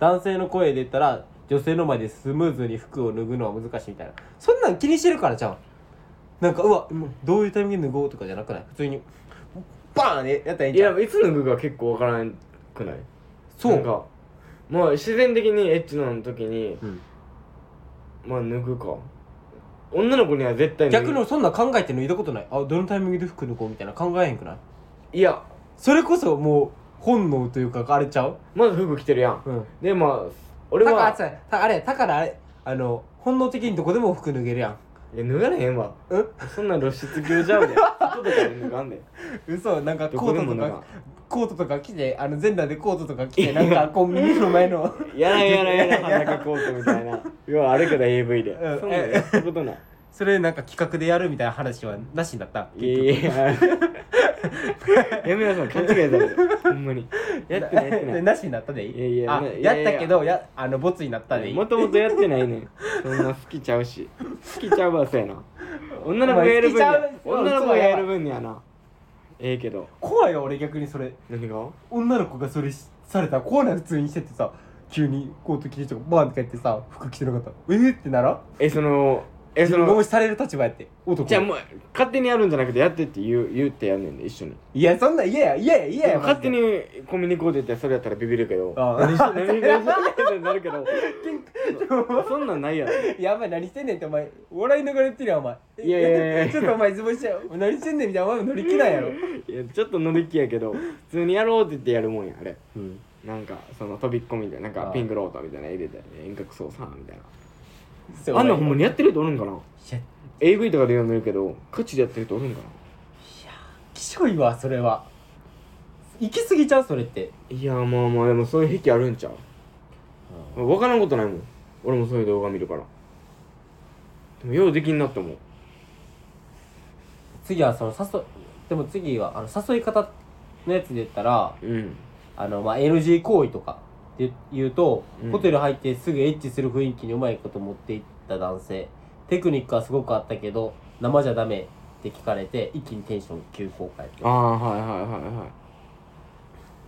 [SPEAKER 2] 男性の声で言ったら女性の前でスムーズに服を脱ぐのは難しいみたいなそんなん気にしてるからじゃんなんかうわもうどういうタイミングで脱ごうとかじゃなくない普通にバーンでやったらいいん
[SPEAKER 3] い
[SPEAKER 2] じゃ
[SPEAKER 3] や
[SPEAKER 2] ん
[SPEAKER 3] いつ脱ぐか結構分からんくない
[SPEAKER 2] そ
[SPEAKER 3] なん
[SPEAKER 2] う、
[SPEAKER 3] かまあ自然的にエッチの時に
[SPEAKER 2] うん、
[SPEAKER 3] まあ脱ぐか女の子には絶対脱ぐ
[SPEAKER 2] 逆にそんなん考えて脱いだことないあどのタイミングで服脱ごうみたいな考えへんくない
[SPEAKER 3] いや
[SPEAKER 2] それこそもう本能というかあれちゃう
[SPEAKER 3] まず服着てるやん
[SPEAKER 2] うん
[SPEAKER 3] でまあ俺
[SPEAKER 2] だからあ
[SPEAKER 3] は
[SPEAKER 2] そうやたあれだからあれあの本能的にどこでも服脱げるやん
[SPEAKER 3] いや脱がれへんわ
[SPEAKER 2] うん
[SPEAKER 3] そんな露出狂じゃうで外とかで脱がんで
[SPEAKER 2] 嘘なんか
[SPEAKER 3] ど
[SPEAKER 2] コ
[SPEAKER 3] こで
[SPEAKER 2] ート
[SPEAKER 3] も
[SPEAKER 2] と
[SPEAKER 3] 脱がん
[SPEAKER 2] かコートとか着てあの全裸でコートとか着て なんかコンビニの前の
[SPEAKER 3] やらんやらんやらん裸コートみたいな要はあるけど AV で
[SPEAKER 2] うん
[SPEAKER 3] そんなんやったことない
[SPEAKER 2] それなんか企画でやるみたいな話はなしになった
[SPEAKER 3] いやいや やめなさい勘違いだよほんまにやってないやってな い
[SPEAKER 2] なしになったでいい
[SPEAKER 3] いやいや
[SPEAKER 2] あ
[SPEAKER 3] いやいや
[SPEAKER 2] やったけどやあのボツになったでいい
[SPEAKER 3] もともとやってないねんそんな好きちゃうし好きちゃうわそうやな女の子がやる分
[SPEAKER 2] お
[SPEAKER 3] に
[SPEAKER 2] 前
[SPEAKER 3] は
[SPEAKER 2] 好きちゃう
[SPEAKER 3] 女の子がやる分にはなええけど
[SPEAKER 2] 怖いよ俺逆にそれ
[SPEAKER 3] 何が
[SPEAKER 2] 女の子がそれしされたら怖ない普通にしててさ急にコート着てとかバーンとかやってさ服着てなかったらえー、ってなら
[SPEAKER 3] えそのえそ
[SPEAKER 2] も
[SPEAKER 3] の
[SPEAKER 2] しされる立場やって男
[SPEAKER 3] じゃあもう勝手にやるんじゃなくてやってって言う言うってやんねんで一緒に
[SPEAKER 2] いやそんなん嫌や嫌や嫌や
[SPEAKER 3] 勝手
[SPEAKER 2] マ
[SPEAKER 3] に
[SPEAKER 2] ジで
[SPEAKER 3] コミュニコートやったらそれやったらビビるけど
[SPEAKER 2] ああ
[SPEAKER 3] 何して何して何してんねんってなるけどそんなんないやろ
[SPEAKER 2] やばい何してんねんってお前笑いながら言ってるやんお前
[SPEAKER 3] いやいやい や
[SPEAKER 2] ちょっとお前ズボンしちゃう何してんねんみたいなお前も乗り気なんやろ
[SPEAKER 3] いやちょっと乗り気やけど普通にやろうって言ってやるもんやあれ
[SPEAKER 2] うん
[SPEAKER 3] なんかその飛びっこみたいななん
[SPEAKER 2] あ
[SPEAKER 3] か
[SPEAKER 2] あ
[SPEAKER 3] ピンクローターみたいなの入れて遠隔操作みたいな
[SPEAKER 2] そう
[SPEAKER 3] あんなほんま
[SPEAKER 2] い
[SPEAKER 3] にやってる人おるんかな
[SPEAKER 2] や
[SPEAKER 3] AV とかで読んでるけど価値でやってる人おるんか
[SPEAKER 2] きしょいわそれは行き過ぎちゃうそれって
[SPEAKER 3] ないやまあまあでもそういう癖あるんちゃう分からんことないもん俺もそういう動画見るからでもようできんなって思う
[SPEAKER 2] 次はその誘いでも次はあの誘い方のやつで言ったら
[SPEAKER 3] うん
[SPEAKER 2] あの、まあ、NG 行為とかで言うと、
[SPEAKER 3] うん
[SPEAKER 2] ホテル入ってすぐエッチする雰囲気にうまいこと持っていった男性テクニックはすごくあったけど生じゃダメって聞かれて一気にテンション急降下やって
[SPEAKER 3] ああはいはいはいはい、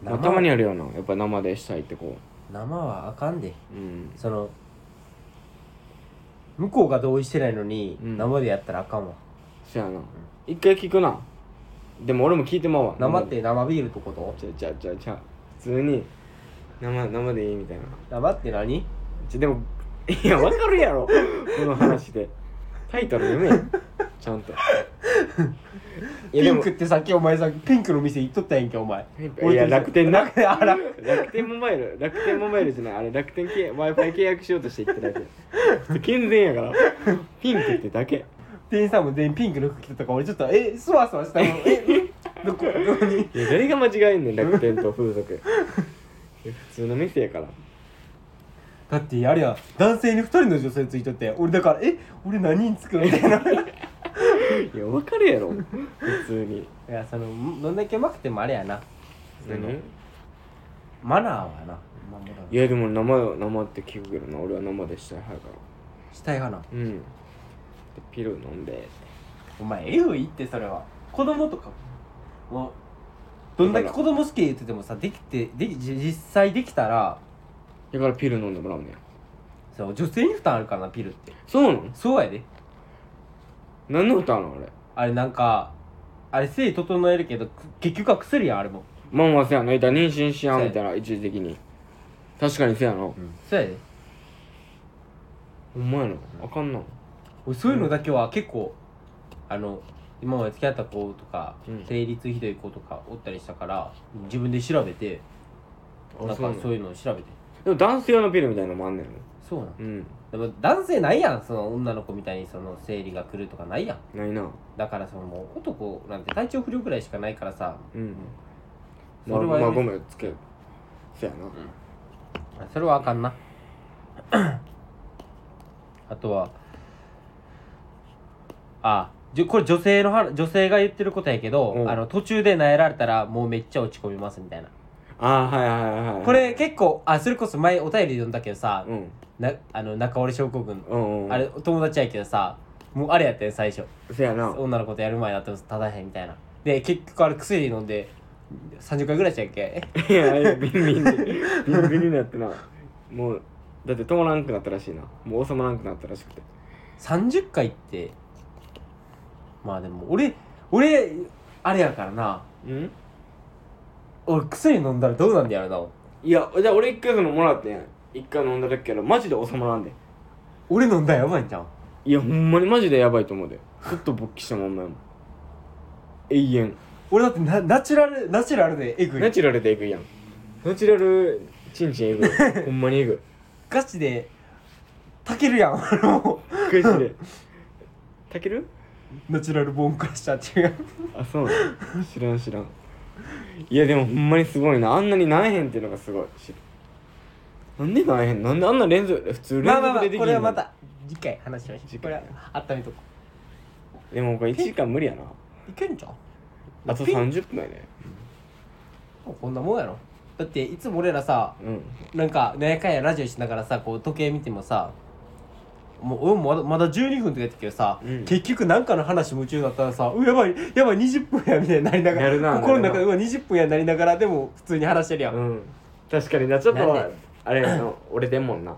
[SPEAKER 3] まあ、たまにあるよなやっぱ生でしたいってこ
[SPEAKER 2] 生はあかんで
[SPEAKER 3] ううん
[SPEAKER 2] その向こうが同意してないのに、
[SPEAKER 3] うん
[SPEAKER 2] 生でやったらあかんわ
[SPEAKER 3] そやな一回聞くなでも俺も聞いてまうわ
[SPEAKER 2] 生って生ビールってこと
[SPEAKER 3] ちゃうちゃうちゃうちゃう普通に生生でいいみたいな
[SPEAKER 2] 生って何
[SPEAKER 3] ちょでもいやわかるやろこの話でタイトル読めよちゃんといや
[SPEAKER 2] ピ
[SPEAKER 3] で
[SPEAKER 2] ン
[SPEAKER 3] も
[SPEAKER 2] クってさっきお前さピンクの店行っとったやんけお前
[SPEAKER 3] ピンクいや楽天な
[SPEAKER 2] 楽 天あら
[SPEAKER 3] 楽天モバイル楽天モバイルじゃないあれ楽天 w i f i 契約しようとして言ってるだけ健全やからピンクってだけ
[SPEAKER 2] 店員さんも全員ピンクの服着てたから俺ちょっとえスワスワした のえどこどこに
[SPEAKER 3] いや誰が間違えんねん楽天と風俗いや普通の店やから
[SPEAKER 2] だってあれや男性に2人の女性ついとって俺だからえ俺何につくのみたい ない
[SPEAKER 3] いやわかるやろ普通に
[SPEAKER 2] やそのどんだけうまくてもあれやな
[SPEAKER 3] 何
[SPEAKER 2] マナーはな守らない
[SPEAKER 3] やでも生生って聞くけどな俺は生でしたい派やか
[SPEAKER 2] したい派な
[SPEAKER 3] らうんってピル飲んでって
[SPEAKER 2] お前エグいってそれは子供とかもうどんだけ子供好き言っててもさできてできじ実際できたら
[SPEAKER 3] だからピル飲んでもらうねん
[SPEAKER 2] そう女性に負担あるからなピルって
[SPEAKER 3] そうなの
[SPEAKER 2] そうやで
[SPEAKER 3] 何の歌なのあれ
[SPEAKER 2] あれなんかあれ性整えるけどく結局は薬やんあれも
[SPEAKER 3] ママせやな言ったら妊娠しやんみたいな一時的に確かにせやなお
[SPEAKER 2] そうやで
[SPEAKER 3] 前なあかんな
[SPEAKER 2] 俺そういうのだけは結構、あの今まで付き合った子とか、
[SPEAKER 3] うん
[SPEAKER 2] 生理痛ひどい子とかおったりしたから自分で調べて
[SPEAKER 3] あ
[SPEAKER 2] なん
[SPEAKER 3] そうな
[SPEAKER 2] か
[SPEAKER 3] の
[SPEAKER 2] そういうのを調べて
[SPEAKER 3] でも男性用のピルみたいなのもあんねんの
[SPEAKER 2] そうなん
[SPEAKER 3] うん
[SPEAKER 2] でも男性ないやんその女の子みたいにその生理が来るとかないやん
[SPEAKER 3] ないな
[SPEAKER 2] だからそのもう男なんて体調不良くらいしかないからさ
[SPEAKER 3] うん
[SPEAKER 2] そ
[SPEAKER 3] まあ
[SPEAKER 2] れ
[SPEAKER 3] ま
[SPEAKER 2] は
[SPEAKER 3] あごめんつけせやな
[SPEAKER 2] それはあかんな あとはあじゅこれ女性の話女性が言ってることやけど、
[SPEAKER 3] うん
[SPEAKER 2] あの途中で萎えられたらもうめっちゃ落ち込みますみたいな
[SPEAKER 3] あーはいはいはいはい
[SPEAKER 2] これ結構あそれこそ前お便り読んだけどさ、
[SPEAKER 3] うん
[SPEAKER 2] なあの中折症候群、
[SPEAKER 3] うんうん
[SPEAKER 2] あれ友達やけどさもうあれやったよ最初
[SPEAKER 3] せやな
[SPEAKER 2] 女の子とやる前だったらただへんみたいなで結局あれ薬飲んで30回ぐらいしたっけ
[SPEAKER 3] いやいやビンビンにビンビンになってなもうだって止まらんくなったらしいなもう収まらんくなったらしくて
[SPEAKER 2] 30回ってまあでも俺俺あれやからな
[SPEAKER 3] うん
[SPEAKER 2] 俺薬飲んだらどうなんだやろない
[SPEAKER 3] やじゃあ俺一回そのもらってん一回飲んだ時からマジで収まらんで
[SPEAKER 2] 俺飲んだらやばいんじゃん
[SPEAKER 3] いやほんまにマジでやばいと思うでずっと勃起したまんまやもん永遠
[SPEAKER 2] 俺だってなナチュラルナチュラルでエグ
[SPEAKER 3] ナ
[SPEAKER 2] い
[SPEAKER 3] チュラルでエグいやんナチュラルチンチンエグい ほんまにエグ
[SPEAKER 2] ガチでたけるやん俺も
[SPEAKER 3] いガチで たける
[SPEAKER 2] ナチュラルボーンクラッシャー違う
[SPEAKER 3] あそうなの 知らん知らんいやでもほんまにすごいなあんなになえへんっていうのがすごいしなんでなえへんなんであんな連続普通連
[SPEAKER 2] まあまあま
[SPEAKER 3] 続
[SPEAKER 2] あ
[SPEAKER 3] ででき
[SPEAKER 2] これ
[SPEAKER 3] へんの
[SPEAKER 2] はまた次回話しましょう
[SPEAKER 3] 次
[SPEAKER 2] これ
[SPEAKER 3] 回
[SPEAKER 2] はあっためとこ
[SPEAKER 3] でもこれ1時間無理やな
[SPEAKER 2] ういけんじゃん
[SPEAKER 3] あと
[SPEAKER 2] ピン
[SPEAKER 3] 30分やね
[SPEAKER 2] こんなもんやろだっていつも俺らさ
[SPEAKER 3] うん
[SPEAKER 2] なんか何やかんやラジオしながらさこう時計見てもさもう俺もまだまだ12分とかやったけどさ、
[SPEAKER 3] うん
[SPEAKER 2] 結局なんかの話夢中だったらさ「うやばいやばい20分や」みたいになりながら
[SPEAKER 3] なるな
[SPEAKER 2] 心の中で
[SPEAKER 3] な
[SPEAKER 2] 「
[SPEAKER 3] る
[SPEAKER 2] うわ20分や」なりながらでも普通に話してるやん、
[SPEAKER 3] うん確かになちょっと
[SPEAKER 2] なんで
[SPEAKER 3] あれやの俺でもんな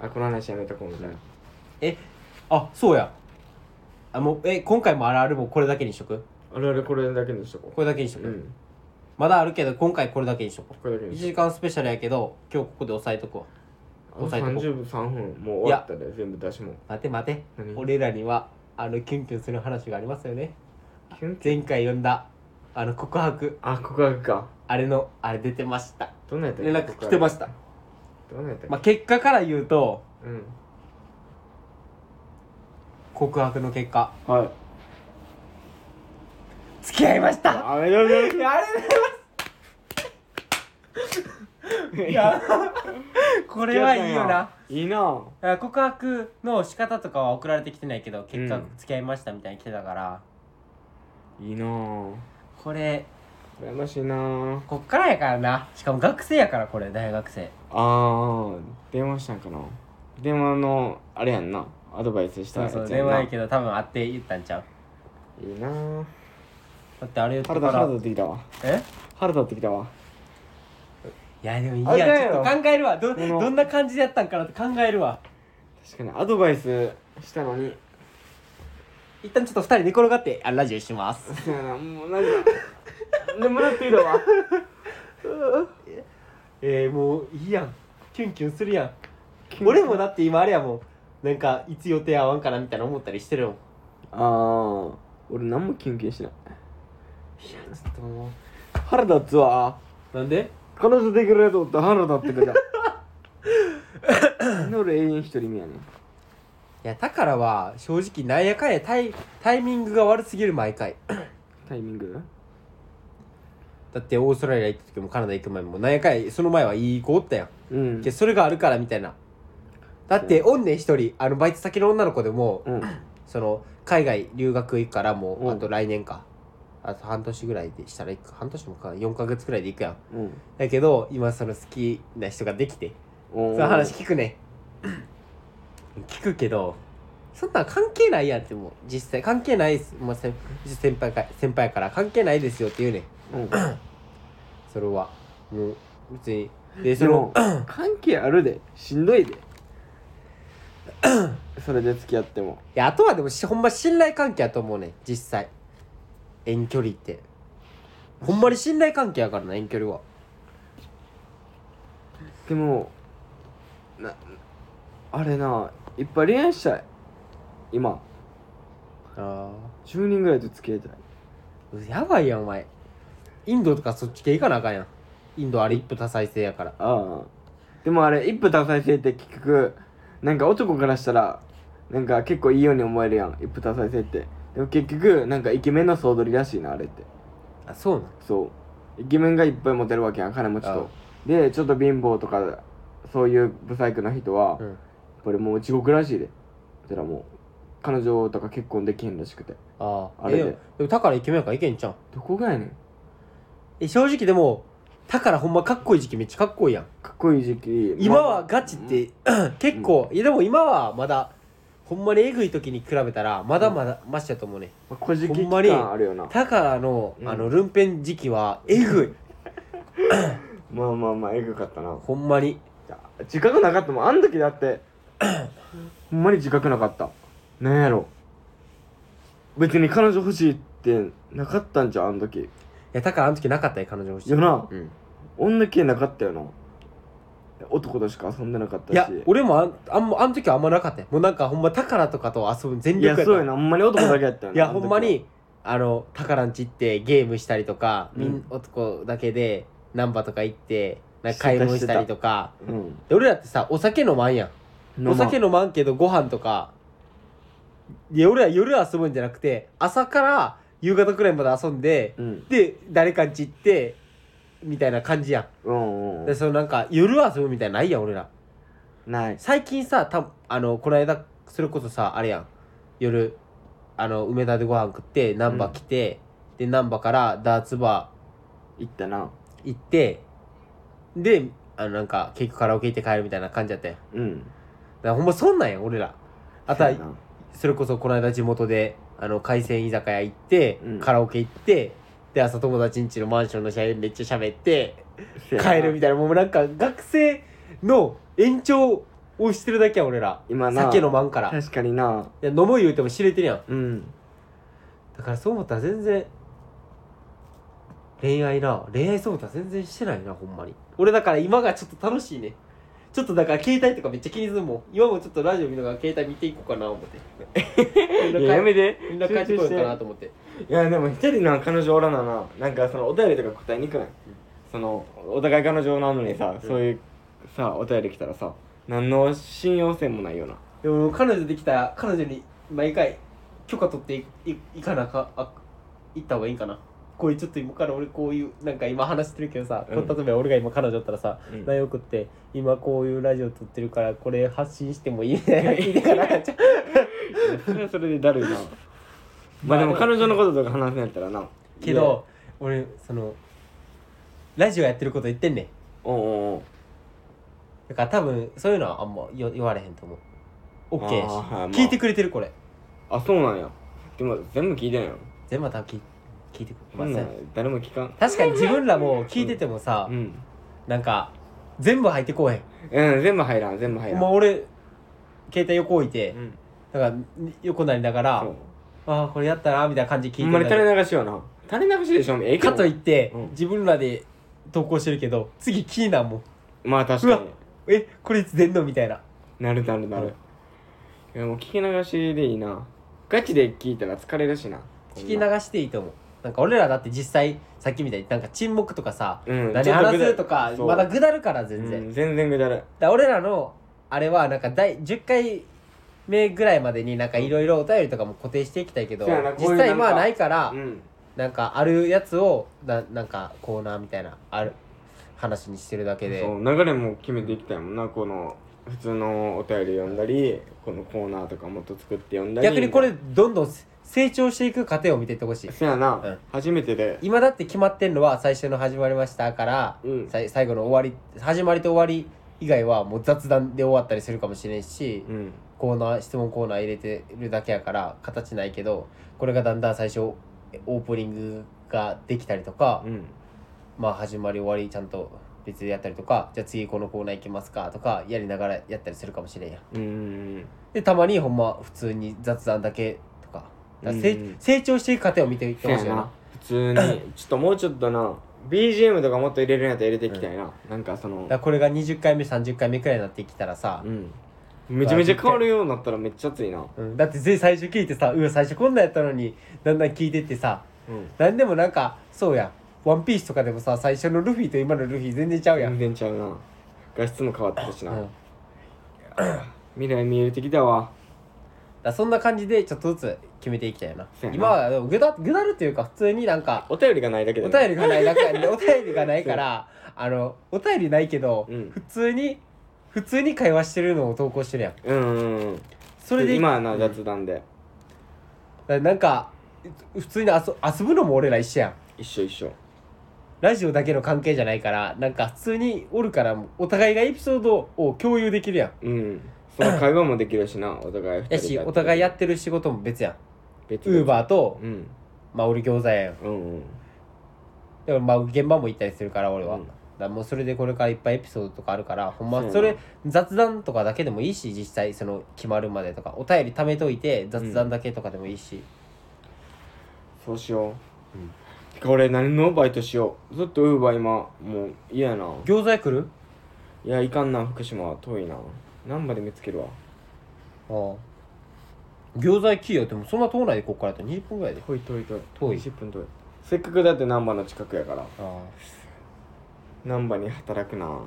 [SPEAKER 3] あこの話やめとこうみたいな
[SPEAKER 2] えあそうやあもうえ今回もあるあるもこれだけにしとく
[SPEAKER 3] あれあれこれだけにしとこ
[SPEAKER 2] これだけにしと
[SPEAKER 3] う
[SPEAKER 2] く、
[SPEAKER 3] うん
[SPEAKER 2] まだあるけど今回これだけにしとこ
[SPEAKER 3] これだけ
[SPEAKER 2] う1
[SPEAKER 3] にしと
[SPEAKER 2] 時間スペシャルやけど今日ここで押さえとこう
[SPEAKER 3] こう
[SPEAKER 2] 押さえとこう
[SPEAKER 3] 30分3分もう終わったで全部出しも
[SPEAKER 2] 待て待て
[SPEAKER 3] 何
[SPEAKER 2] 俺らにはあのキュンキュンする話がありますよね
[SPEAKER 3] キュン
[SPEAKER 2] 前回読んだあの告白
[SPEAKER 3] あ告白か
[SPEAKER 2] あれのあれ出てました
[SPEAKER 3] どんなんやったっ
[SPEAKER 2] 連
[SPEAKER 3] け
[SPEAKER 2] 絡来てました、
[SPEAKER 3] どんなんやったっけ
[SPEAKER 2] まあ、結果から言うと
[SPEAKER 3] うん
[SPEAKER 2] 告白の結果
[SPEAKER 3] はい
[SPEAKER 2] 付き合いました
[SPEAKER 3] あれだ
[SPEAKER 2] い
[SPEAKER 3] ね
[SPEAKER 2] やあれだいや これはいいよない
[SPEAKER 3] いな
[SPEAKER 2] あ告白の仕方とかは送られてきてないけど結
[SPEAKER 3] う
[SPEAKER 2] 果
[SPEAKER 3] ん
[SPEAKER 2] 付き合いましたみたいに来てたから、
[SPEAKER 3] いいな
[SPEAKER 2] これ
[SPEAKER 3] 羨ましいな
[SPEAKER 2] こっからやからなしかも学生やからこれ大学生
[SPEAKER 3] あー電話したんかな電話のあれやんなアドバイスした
[SPEAKER 2] そ
[SPEAKER 3] や
[SPEAKER 2] う
[SPEAKER 3] つや
[SPEAKER 2] そ
[SPEAKER 3] ん
[SPEAKER 2] う電
[SPEAKER 3] な
[SPEAKER 2] 話やけど多分会って言ったんちゃう
[SPEAKER 3] いいなぁ
[SPEAKER 2] だってあれ言ってか
[SPEAKER 3] 腹
[SPEAKER 2] ら
[SPEAKER 3] 立腹立ってきたわ
[SPEAKER 2] え
[SPEAKER 3] 腹立ってきたわ
[SPEAKER 2] いやでもいい
[SPEAKER 3] あれだ
[SPEAKER 2] やちょ
[SPEAKER 3] よ
[SPEAKER 2] っと考えるわど
[SPEAKER 3] この
[SPEAKER 2] どんな感じだったんかなって考えるわ
[SPEAKER 3] 確かにアドバイスしたのに
[SPEAKER 2] 一旦ちょっと二人寝転がってあラジオします
[SPEAKER 3] そうやなもうなんか眠なってきたわ
[SPEAKER 2] えー、もういいやんキュンキュンするやん俺もだって今あれやもんなんかいつ予定合わんかなみたいな思ったりしてるもん
[SPEAKER 3] ああ俺何もキュンキュンしない
[SPEAKER 2] ちょっとも
[SPEAKER 3] 腹立つわ
[SPEAKER 2] うなんで
[SPEAKER 3] 彼女できるやと思ったら腹立ってく る俺永遠一人目やね
[SPEAKER 2] いやだからは正直なんやかんやタイタイミングが悪すぎる毎回
[SPEAKER 3] タイミング
[SPEAKER 2] だってオーストラリア行った時もカナダ行く前もなんやかんやその前はいい子おったやん
[SPEAKER 3] うん
[SPEAKER 2] けどそれがあるからみたいなだっておんねん一人あのバイト先の女の子でも
[SPEAKER 3] うん
[SPEAKER 2] その海外留学行くからも
[SPEAKER 3] う
[SPEAKER 2] うんあと来年か、あと半年ぐらいでしたら行く半年もか4ヶ月くらいで行くやん
[SPEAKER 3] うん
[SPEAKER 2] だけど今その好きな人ができて
[SPEAKER 3] そ
[SPEAKER 2] その話聞くねん聞くけどそんなん関係ないやんってもう実際関係ないですもう先先輩か先輩やから関係ないですよって言うねん
[SPEAKER 3] うん
[SPEAKER 2] それはもう別にでそ
[SPEAKER 3] でも
[SPEAKER 2] の
[SPEAKER 3] 関係あるでしんど いでそれで付き合っても
[SPEAKER 2] いやあとはでもしほんま信頼関係やと思うねん実際遠距離ってほんまに信頼関係やからな遠距離は
[SPEAKER 3] でもなあれないっぱい恋愛したい今
[SPEAKER 2] あ
[SPEAKER 3] 10人ぐらいと付き合いたい
[SPEAKER 2] あやばいやんお前インドとかそっち系行かなあかんやんインドあれ一夫多妻制やから
[SPEAKER 3] ああでもあれ一夫多妻制って結局なんか男からしたらなんか結構いいように思えるやん一夫多妻制ってでも結局なんかイケメンの総取りらしいなあれって
[SPEAKER 2] あそうなん
[SPEAKER 3] そうイケメンがいっぱいモテるわけやん金持ち
[SPEAKER 2] ああ
[SPEAKER 3] とでちょっと貧乏とかそういう不細工な人は、
[SPEAKER 2] うん
[SPEAKER 3] これもう地獄らしいでだからもう彼女とか結婚できへんらしくて
[SPEAKER 2] ああ
[SPEAKER 3] あれで
[SPEAKER 2] でもでもだからイケメンやからいけんちゃうん
[SPEAKER 3] どこがやねん
[SPEAKER 2] え正直でもだからほんまかっこいい時期めっちゃかっこいいやん
[SPEAKER 3] かっこいい時期
[SPEAKER 2] 今はガチって、 結構、いやでも今はまだほんまにえぐい時に比べたらまだまだマシだと思うね
[SPEAKER 3] まあ小じ
[SPEAKER 2] ほ
[SPEAKER 3] き
[SPEAKER 2] んまに
[SPEAKER 3] 感あるよな
[SPEAKER 2] だからの
[SPEAKER 3] うん
[SPEAKER 2] あのルンペン時期はえぐい、
[SPEAKER 3] まあまあまあえぐかったな
[SPEAKER 2] ほんまに
[SPEAKER 3] いや自覚なかったもんあん時だって ほんまに自覚なかったなんやろ別に彼女欲しいってなかったんじゃんあん時
[SPEAKER 2] いやだからあの時なかったよ彼女欲しい
[SPEAKER 3] よな
[SPEAKER 2] うん、
[SPEAKER 3] 女系なかったよな男としか遊んでなかったし
[SPEAKER 2] いや俺もあんあんまあの時はあんまなかったよもうなんかほんま宝とかと遊ぶ全
[SPEAKER 3] い
[SPEAKER 2] 力や
[SPEAKER 3] や
[SPEAKER 2] った
[SPEAKER 3] そうやなほんまに男だけやったよ
[SPEAKER 2] い
[SPEAKER 3] な
[SPEAKER 2] や
[SPEAKER 3] あ
[SPEAKER 2] ほ
[SPEAKER 3] の時
[SPEAKER 2] ん
[SPEAKER 3] は
[SPEAKER 2] まにあの宝んち行ってゲームしたりとか、み
[SPEAKER 3] うんん、
[SPEAKER 2] 男だけで難波とか行ってなん
[SPEAKER 3] して
[SPEAKER 2] か
[SPEAKER 3] た
[SPEAKER 2] 買い物したりとか
[SPEAKER 3] うん
[SPEAKER 2] で俺らってさお酒飲まんやんお酒
[SPEAKER 3] 飲
[SPEAKER 2] 飲まんけどご飯とかで俺ら夜遊ぶんじゃなくて朝から夕方くらいまで遊んで
[SPEAKER 3] まうん
[SPEAKER 2] で誰かんち行ってみたいな感じや
[SPEAKER 3] うんうん
[SPEAKER 2] ん
[SPEAKER 3] う
[SPEAKER 2] でそのなんか夜遊ぶみたいなのないやん俺ら
[SPEAKER 3] んない
[SPEAKER 2] 最近さたあのこの間それこそさあれやん夜あの梅田でご飯食って難波来て、で難波からダーツバ
[SPEAKER 3] 行ったな
[SPEAKER 2] ー行ってであのなんか結局カラオケ行って帰るみたいな感じやったやんだか
[SPEAKER 3] うん
[SPEAKER 2] らほんまそんなんやん俺らあと
[SPEAKER 3] た
[SPEAKER 2] はそれこそこの間地元であの海鮮居酒屋行って、
[SPEAKER 3] うん
[SPEAKER 2] カラオケ行ってで朝友達ん家のマンションの社員めっちゃ喋って帰るみたいなもうなんか学生の延長をしてるだけや俺ら
[SPEAKER 3] 今な
[SPEAKER 2] 酒飲まんからい
[SPEAKER 3] 確かにな
[SPEAKER 2] や飲もう言うても知れてるやん
[SPEAKER 3] うん
[SPEAKER 2] だからそう思ったら全然恋愛な恋愛そう思ったら全然してないなほんまに俺だから今がちょっと楽しいねちょっとだから携帯とかめっちゃ気にするもん今もちょっとラジオ見ながら携帯見ていこうかな思ってみんな帰
[SPEAKER 3] いややめて
[SPEAKER 2] みんな帰ってこようかなと思って
[SPEAKER 3] いやでも一人の彼女おらなななんかそのお便りとか答えにくない、そのお互い彼女なのにさ、
[SPEAKER 2] うん
[SPEAKER 3] そういうさお便り来たらさ何の信用性もないよな
[SPEAKER 2] でも彼女できたら彼女に毎回許可取っていいいかなかあ行った方がいいんかなこういうちょっと今から俺こういうなんか今話してるけどさ、
[SPEAKER 3] うん
[SPEAKER 2] 例えば俺が今彼女だったらさ、
[SPEAKER 3] うん
[SPEAKER 2] LINE 送って今こういうラジオ撮ってるからこれ発信してもいいね 聞いてからちょ
[SPEAKER 3] それはそれで だるいなまあでも彼女のこととか話せんやったらな
[SPEAKER 2] けど俺そのラジオやってること言ってんねん
[SPEAKER 3] おうんうんうん
[SPEAKER 2] だから多分そういうのはあんま言言われへんと思う OK やし、
[SPEAKER 3] あーはいまあ
[SPEAKER 2] 聞いてくれてるこれ
[SPEAKER 3] あそうなんやでも全部聞いてんやろ
[SPEAKER 2] 全部は多分聞聞いてく
[SPEAKER 3] こ
[SPEAKER 2] れ
[SPEAKER 3] ん
[SPEAKER 2] ま
[SPEAKER 3] な
[SPEAKER 2] せ
[SPEAKER 3] ん
[SPEAKER 2] ん
[SPEAKER 3] 誰も聞かん
[SPEAKER 2] 確かに自分らも聞いててもさ、
[SPEAKER 3] うん、
[SPEAKER 2] なんか全部入ってこうへん、
[SPEAKER 3] うん、全部入らん全部入らん
[SPEAKER 2] もう俺携帯横置いて、
[SPEAKER 3] うん
[SPEAKER 2] なんか横なりながら
[SPEAKER 3] そう
[SPEAKER 2] ああこれやったなみたいな感じで聞
[SPEAKER 3] ほ
[SPEAKER 2] い
[SPEAKER 3] んま
[SPEAKER 2] て
[SPEAKER 3] に
[SPEAKER 2] た
[SPEAKER 3] 垂
[SPEAKER 2] り
[SPEAKER 3] れ流しよな垂れ流しでしょええけど
[SPEAKER 2] かといって、
[SPEAKER 3] うん
[SPEAKER 2] 自分らで投稿してるけど次気になんもん
[SPEAKER 3] まあ確か
[SPEAKER 2] う
[SPEAKER 3] に
[SPEAKER 2] わえこれいつ出んのみたいな
[SPEAKER 3] なるなるなる、いやもう聞き流しでいいなガチで聞いたら疲れるしな
[SPEAKER 2] 聞き流していいと思うなんか俺らだって実際さっきみたいになんか沈黙とかさ、
[SPEAKER 3] うん
[SPEAKER 2] 何話すとか
[SPEAKER 3] そう
[SPEAKER 2] まだぐだるから
[SPEAKER 3] 全
[SPEAKER 2] 全然、
[SPEAKER 3] 然、うん、全然ぐだる
[SPEAKER 2] だから俺らのあれはなんか第10回目ぐらいまでになんかいろいろお便りとかも固定していきたいけど
[SPEAKER 3] そうやなこういう
[SPEAKER 2] 実
[SPEAKER 3] な
[SPEAKER 2] 際
[SPEAKER 3] んか
[SPEAKER 2] まあないから、
[SPEAKER 3] うん
[SPEAKER 2] なんかあるやつをななんかコーナーみたいなある話にしてるだけで
[SPEAKER 3] そう流れも決めていきたいもんなこの普通のお便り読んだりこのコーナーとかもっと作って読んだり
[SPEAKER 2] 逆にこれどんどん成長していく過程を見ていってほしい
[SPEAKER 3] そやな、
[SPEAKER 2] ん
[SPEAKER 3] 初めてで
[SPEAKER 2] 今だって決まってんのは最初の始まりましたから、
[SPEAKER 3] うん
[SPEAKER 2] さい最後の終わり始まりと終わり以外はもう雑談で終わったりするかもしれんし、
[SPEAKER 3] うん
[SPEAKER 2] コーナー質問コーナー入れてるだけやから形ないけどこれがだんだん最初オープニングができたりとか、
[SPEAKER 3] うん
[SPEAKER 2] まあ始まり終わりちゃんと別でやったりとかじゃあ次このコーナー行きますかとかやりながらやったりするかもしれんやん
[SPEAKER 3] うんうん
[SPEAKER 2] でたまにほんま普通に雑談だけとかだからせ
[SPEAKER 3] うん
[SPEAKER 2] 成長していく過程を見ていって
[SPEAKER 3] そ
[SPEAKER 2] ほ
[SPEAKER 3] うや
[SPEAKER 2] しいよな
[SPEAKER 3] な普通にちょっともうちょっとな BGM とかもっと入れるんやったら入れていきたいな、なんかその
[SPEAKER 2] だからこれが20回目30回目くらいになってきたらさ、
[SPEAKER 3] うんめちゃめちゃ変わるようになったらめっちゃ熱いな
[SPEAKER 2] うんだってぜ最初聞いてさうわ最初こんなんやったのにだんだん聞いてってさ
[SPEAKER 3] うん
[SPEAKER 2] なんでもなんかそうやんワンピースとかでもさ最初のルフィと今のルフィ全然ちゃうやん、
[SPEAKER 3] 全然ちゃうな画質も変わったしな、
[SPEAKER 2] うんだか
[SPEAKER 3] 未来見えてきたわ
[SPEAKER 2] らそんな感じでちょっとずつ決めていきたいよな
[SPEAKER 3] そうやな
[SPEAKER 2] 今はでもぐだぐだるというか普通になんか
[SPEAKER 3] お便りがないだけで
[SPEAKER 2] お
[SPEAKER 3] ね
[SPEAKER 2] 便りがないだ けお便りがないからあのお便りないけど、
[SPEAKER 3] うん
[SPEAKER 2] 普通に普通に会話してるのを投稿してるやん
[SPEAKER 3] うんうんうん
[SPEAKER 2] それで
[SPEAKER 3] 今は
[SPEAKER 2] う
[SPEAKER 3] なん雑談で、
[SPEAKER 2] だからなんか普通に遊遊ぶのも俺ら一緒やん
[SPEAKER 3] 一緒一緒
[SPEAKER 2] ラジオだけの関係じゃないからなんか普通におるからお互いがエピソードを共有できるやん
[SPEAKER 3] うんその会話もできるし なお互い二人で
[SPEAKER 2] やしお互いやってる仕事も別やん
[SPEAKER 3] 別
[SPEAKER 2] ウー
[SPEAKER 3] ー
[SPEAKER 2] バーと、
[SPEAKER 3] うん
[SPEAKER 2] まあ俺餃子屋やん
[SPEAKER 3] うんうん
[SPEAKER 2] でもまあ現場も行ったりするから俺は、
[SPEAKER 3] うん
[SPEAKER 2] だからもうそれでこれからいっぱいエピソードとかあるからほん
[SPEAKER 3] そう
[SPEAKER 2] ま
[SPEAKER 3] やな
[SPEAKER 2] それ雑談とかだけでもいいし実際その決まるまでとかお便り貯めといて雑談だけとかでもいいし、
[SPEAKER 3] そうし
[SPEAKER 2] う
[SPEAKER 3] よう、
[SPEAKER 2] ん
[SPEAKER 3] てか俺何のバイトしようずっとウーバー今もう嫌やな
[SPEAKER 2] 餃子屋来る
[SPEAKER 3] いやいかんな福島は遠いな難波で見つけるわ
[SPEAKER 2] ああ餃子屋来いよでもそんな遠ないでこっからやったら20分ぐらいで
[SPEAKER 3] 遠い遠い遠い
[SPEAKER 2] 遠い
[SPEAKER 3] 10分遠いせっかくだって難波の近くやから
[SPEAKER 2] ああ
[SPEAKER 3] 難波に働くな
[SPEAKER 2] も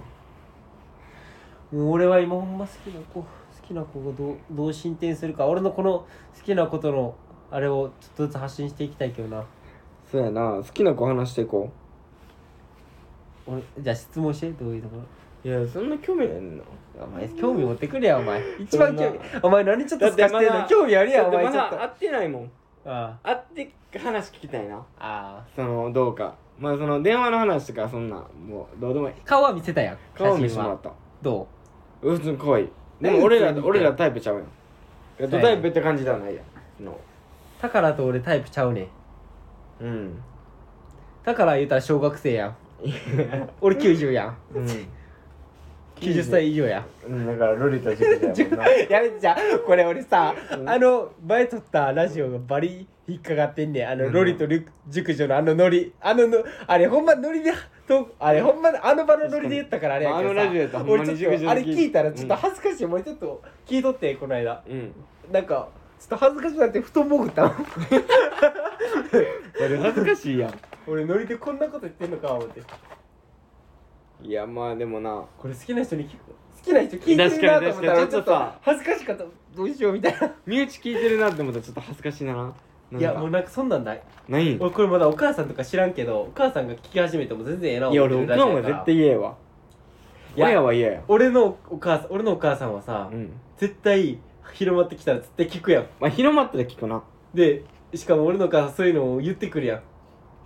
[SPEAKER 2] う俺は今ほんま好きな子好きな子がどうどう進展するか俺のこの好きなことのあれをちょっとずつ発信していきたいけどな
[SPEAKER 3] そうやな好きな子話していこ
[SPEAKER 2] 俺じゃあ質問してどういうところ
[SPEAKER 3] ういやそんな興味ないの
[SPEAKER 2] お前興味持ってくれやお前一番興味
[SPEAKER 3] そ
[SPEAKER 2] お前何ちょっとすかしてん
[SPEAKER 3] だってま
[SPEAKER 2] の
[SPEAKER 3] だ
[SPEAKER 2] 興味ある
[SPEAKER 3] いや
[SPEAKER 2] やん
[SPEAKER 3] お
[SPEAKER 2] お前
[SPEAKER 3] 前
[SPEAKER 2] ち
[SPEAKER 3] ち
[SPEAKER 2] ょ
[SPEAKER 3] ょ
[SPEAKER 2] っ
[SPEAKER 3] っ
[SPEAKER 2] と
[SPEAKER 3] と
[SPEAKER 2] あ
[SPEAKER 3] 会ってないもん
[SPEAKER 2] あ
[SPEAKER 3] 会って話聞きたいな
[SPEAKER 2] ああ
[SPEAKER 3] そのどうかまあその電話の話とかそんなもうどうでもいい
[SPEAKER 2] 顔は見せたやん
[SPEAKER 3] 顔見
[SPEAKER 2] 写
[SPEAKER 3] せ
[SPEAKER 2] 真
[SPEAKER 3] てもら
[SPEAKER 2] は
[SPEAKER 3] った
[SPEAKER 2] ど
[SPEAKER 3] うん普通に可愛いで
[SPEAKER 2] 何
[SPEAKER 3] も俺
[SPEAKER 2] 普通
[SPEAKER 3] ら
[SPEAKER 2] に
[SPEAKER 3] 俺らタイプちゃうやんえっと
[SPEAKER 2] はい
[SPEAKER 3] タイプって感じではないやんの
[SPEAKER 2] うだからと俺タイプちゃうねん
[SPEAKER 3] うん
[SPEAKER 2] だから言うたら小学生 やん俺90やん
[SPEAKER 3] うん
[SPEAKER 2] 90歳以上やん
[SPEAKER 3] うんだからロリ とジュリだもん な
[SPEAKER 2] やめてじゃあこれ俺さ、あの前撮ったラジオがバリ引っかかってんねんあの、
[SPEAKER 3] うん
[SPEAKER 2] ロリとリュ熟女のあのノリあののあれほんまノリでとあれほんまあの場のノリで言ったからあれやけどさ
[SPEAKER 3] まああのラジオやったらほんま
[SPEAKER 2] 俺
[SPEAKER 3] に
[SPEAKER 2] ちょっと
[SPEAKER 3] 熟女
[SPEAKER 2] あ
[SPEAKER 3] の
[SPEAKER 2] れ
[SPEAKER 3] 聞い
[SPEAKER 2] 聞いたらちょっと恥ずかしい、俺ちょっと聞いとってこの間
[SPEAKER 3] うん
[SPEAKER 2] なんかちょっと恥ずかしくなって布団もぐったもん
[SPEAKER 3] 俺恥ずかしいやん
[SPEAKER 2] 俺ノリでこんなこと言ってんのか思って
[SPEAKER 3] いやまあでもな
[SPEAKER 2] これ好きな人に聞く好きな人聞いてるなと思ったら
[SPEAKER 3] 確かに確
[SPEAKER 2] ち
[SPEAKER 3] かに
[SPEAKER 2] ょっ
[SPEAKER 3] ちょっと
[SPEAKER 2] と
[SPEAKER 3] さ
[SPEAKER 2] 恥ずかしかったどうしようみたいな
[SPEAKER 3] 身内聞いてるなって思ったらちょっと恥ずかしいななんか
[SPEAKER 2] いやもうなんかそんなんない
[SPEAKER 3] ないん
[SPEAKER 2] 俺これま だお母さんとか知らんけどお母さんが聞き始めても全然ええない
[SPEAKER 3] や
[SPEAKER 2] 思
[SPEAKER 3] 俺
[SPEAKER 2] って
[SPEAKER 3] お
[SPEAKER 2] るら
[SPEAKER 3] か
[SPEAKER 2] しい
[SPEAKER 3] んは
[SPEAKER 2] から
[SPEAKER 3] 絶対嫌やわ
[SPEAKER 2] いや
[SPEAKER 3] 親は嫌や
[SPEAKER 2] 俺のお母さん俺のお母さんはさ、
[SPEAKER 3] うん
[SPEAKER 2] 絶対広まってきたら絶対聞くやん
[SPEAKER 3] まあ広まったら聞くな
[SPEAKER 2] でしかも俺のお母さんそういうのを言ってくるやん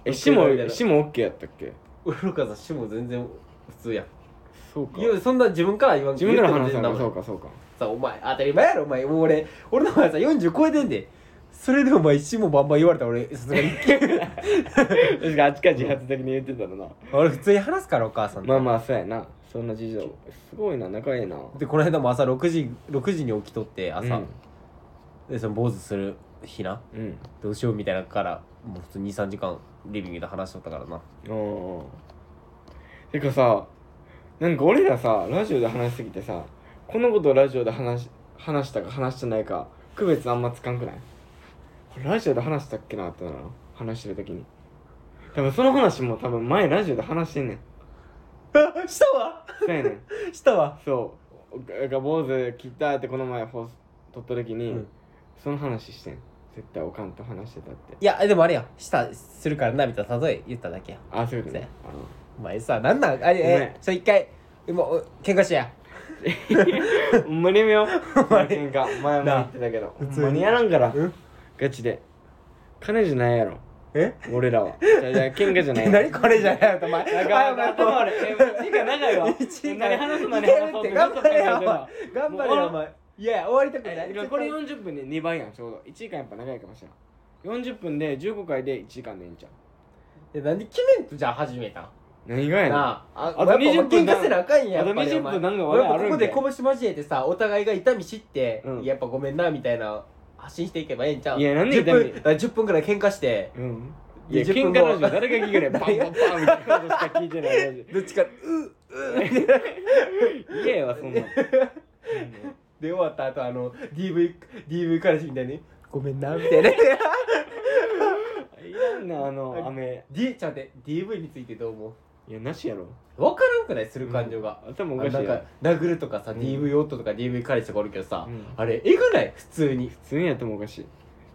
[SPEAKER 3] え
[SPEAKER 2] 聞
[SPEAKER 3] 死
[SPEAKER 2] くな
[SPEAKER 3] も
[SPEAKER 2] みたいな
[SPEAKER 3] 死も OK やったっけ
[SPEAKER 2] 俺のお母さん死も全然普通やん
[SPEAKER 3] そうか
[SPEAKER 2] いやそんな自分から言わん
[SPEAKER 3] 自分から話
[SPEAKER 2] 言
[SPEAKER 3] さ
[SPEAKER 2] って
[SPEAKER 3] な
[SPEAKER 2] も全然ダ
[SPEAKER 3] そう
[SPEAKER 2] メ
[SPEAKER 3] かそうか
[SPEAKER 2] さお前当たり前やろお前もう俺俺のお母さん40超えてんでそれでお前死もバンバン言われたら俺さすがに
[SPEAKER 3] 確かにあっちから自発的に言ってたのな
[SPEAKER 2] 俺普通に話すからお母さんと
[SPEAKER 3] まあまあそうやなそんな事情すごいな仲いいな
[SPEAKER 2] でこの間も朝6時6時に起きとって朝、
[SPEAKER 3] うん
[SPEAKER 2] でその坊主する日な
[SPEAKER 3] うん
[SPEAKER 2] どうしようみたいなからもう普通に23時間リビングで話しとったからな
[SPEAKER 3] うんてかさなんか俺らさラジオで話しすぎてさこのことをラジオで話し話したか話してないか区別あんまつかんくないこれラジオで話したっけなってなるの話してる時に多分その話も多分前ラジオで話してんねん
[SPEAKER 2] あ したわ
[SPEAKER 3] そうやねん
[SPEAKER 2] したわ
[SPEAKER 3] そうがが坊主切ったってこの前放送撮った時に、
[SPEAKER 2] うん
[SPEAKER 3] その話してん絶対おかんと話してたって
[SPEAKER 2] いやでもあれやしたするからなみたいな例え言っただけや
[SPEAKER 3] あそういうことね
[SPEAKER 2] お前さなんなんあれ
[SPEAKER 3] ごめん
[SPEAKER 2] えそれ一回もう喧嘩しや
[SPEAKER 3] あのほんまにやめよう ほんまに喧嘩前も
[SPEAKER 2] な
[SPEAKER 3] 言
[SPEAKER 2] あ
[SPEAKER 3] ってたけどほ
[SPEAKER 2] 普
[SPEAKER 3] ん
[SPEAKER 2] 通に
[SPEAKER 3] まにやらんから
[SPEAKER 2] うん
[SPEAKER 3] ガチで金じゃないやろ
[SPEAKER 2] え
[SPEAKER 3] 俺らはじゃあじゃあ喧嘩じゃない
[SPEAKER 2] 何これじゃないよお前
[SPEAKER 3] なん
[SPEAKER 2] あ
[SPEAKER 3] か
[SPEAKER 2] お前
[SPEAKER 3] 頭悪いえ時間長いわ
[SPEAKER 2] 一時間
[SPEAKER 3] 何話す
[SPEAKER 2] い
[SPEAKER 3] 何
[SPEAKER 2] ける
[SPEAKER 3] 話そう
[SPEAKER 2] って
[SPEAKER 3] ずっ
[SPEAKER 2] 頑
[SPEAKER 3] と
[SPEAKER 2] 張れ
[SPEAKER 3] 考え
[SPEAKER 2] よ
[SPEAKER 3] て
[SPEAKER 2] お
[SPEAKER 3] る
[SPEAKER 2] 前
[SPEAKER 3] わ
[SPEAKER 2] 頑張れよお前いや終わりたくな
[SPEAKER 3] え
[SPEAKER 2] い
[SPEAKER 3] これ40分で2倍やんちょうど1時間やっぱ長いかもしれん40分で15回で1時間でええんちゃう
[SPEAKER 2] えなんで決めんとじゃあ始めたん
[SPEAKER 3] 何がやねん
[SPEAKER 2] なあ、
[SPEAKER 3] あ
[SPEAKER 2] あ
[SPEAKER 3] と
[SPEAKER 2] と
[SPEAKER 3] 20
[SPEAKER 2] 20分
[SPEAKER 3] 分な
[SPEAKER 2] 喧嘩せなあかんやん。
[SPEAKER 3] あと
[SPEAKER 2] やっぱり
[SPEAKER 3] 20分なんか
[SPEAKER 2] 俺やっぱ
[SPEAKER 3] 俺
[SPEAKER 2] ここで
[SPEAKER 3] あるん
[SPEAKER 2] 拳交えてさ、お互いが痛み知って、
[SPEAKER 3] うん
[SPEAKER 2] やっぱごめんなみたいな発信していけばええんちゃうい
[SPEAKER 3] いやなんで
[SPEAKER 2] 10分あ10分ぐらい喧嘩して、
[SPEAKER 3] うんいや
[SPEAKER 2] 20
[SPEAKER 3] 喧
[SPEAKER 2] 分
[SPEAKER 3] 嘩
[SPEAKER 2] 後
[SPEAKER 3] ラジオ誰が聞くねんバンバンバンみたいなことしか聞いてないラジ
[SPEAKER 2] どっちか、うっ、うっ。
[SPEAKER 3] オ 言えわそん なん
[SPEAKER 2] で終わった後、あの、DV、DV 彼氏みたいに、ごめんなみたいな。
[SPEAKER 3] いらんねんあの雨
[SPEAKER 2] D、ちょっと待って、DV についてどう思
[SPEAKER 3] いやなしやろ
[SPEAKER 2] うわからんくないする感情が。
[SPEAKER 3] 頭お
[SPEAKER 2] あ
[SPEAKER 3] かしい
[SPEAKER 2] なん
[SPEAKER 3] やろ
[SPEAKER 2] か殴るとかさ、
[SPEAKER 3] うん
[SPEAKER 2] DV 夫とか DV 彼氏とかおるけどさ、
[SPEAKER 3] うん
[SPEAKER 2] あれえぐない普通に
[SPEAKER 3] 普通に頭おかしい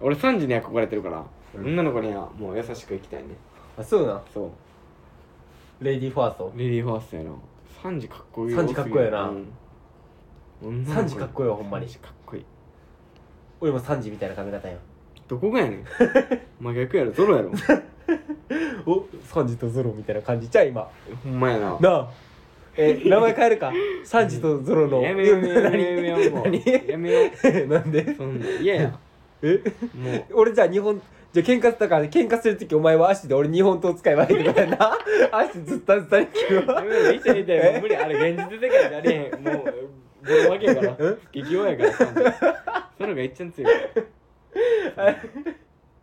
[SPEAKER 3] 俺3時に憧れてるから
[SPEAKER 2] うん
[SPEAKER 3] 女の子にはもう優しく生きたいね
[SPEAKER 2] あそうなん
[SPEAKER 3] そう
[SPEAKER 2] レディーファースト
[SPEAKER 3] レディーファーストやな3時かっこいい
[SPEAKER 2] サンジかっこいいよな
[SPEAKER 3] うん
[SPEAKER 2] サンジかっこいいわほんまに
[SPEAKER 3] サンジかっこいい
[SPEAKER 2] 俺も3時みたいな髪型やん
[SPEAKER 3] どこがやねん真逆やろゾロやろ
[SPEAKER 2] おサンジとゾロみたいな感じじゃあ今
[SPEAKER 3] ほんまやな
[SPEAKER 2] なあえ名前変えるかサンジとゾロの
[SPEAKER 3] やめようやめようやめようもう
[SPEAKER 2] 何
[SPEAKER 3] やめよう
[SPEAKER 2] 何 なんで
[SPEAKER 3] そんなん嫌や
[SPEAKER 2] え
[SPEAKER 3] もう
[SPEAKER 2] 俺じゃあ日本じゃあ喧嘩したから喧嘩するときお前は足で俺日本刀使えばいいってことや な足ずったずったに聞く
[SPEAKER 3] や
[SPEAKER 2] わ
[SPEAKER 3] めろ見てみたいもう無理あれ現実世界じゃねえもうボロ負けやから激弱やからサンジゾロがいっちゃん強いからそんな
[SPEAKER 2] だ
[SPEAKER 3] ん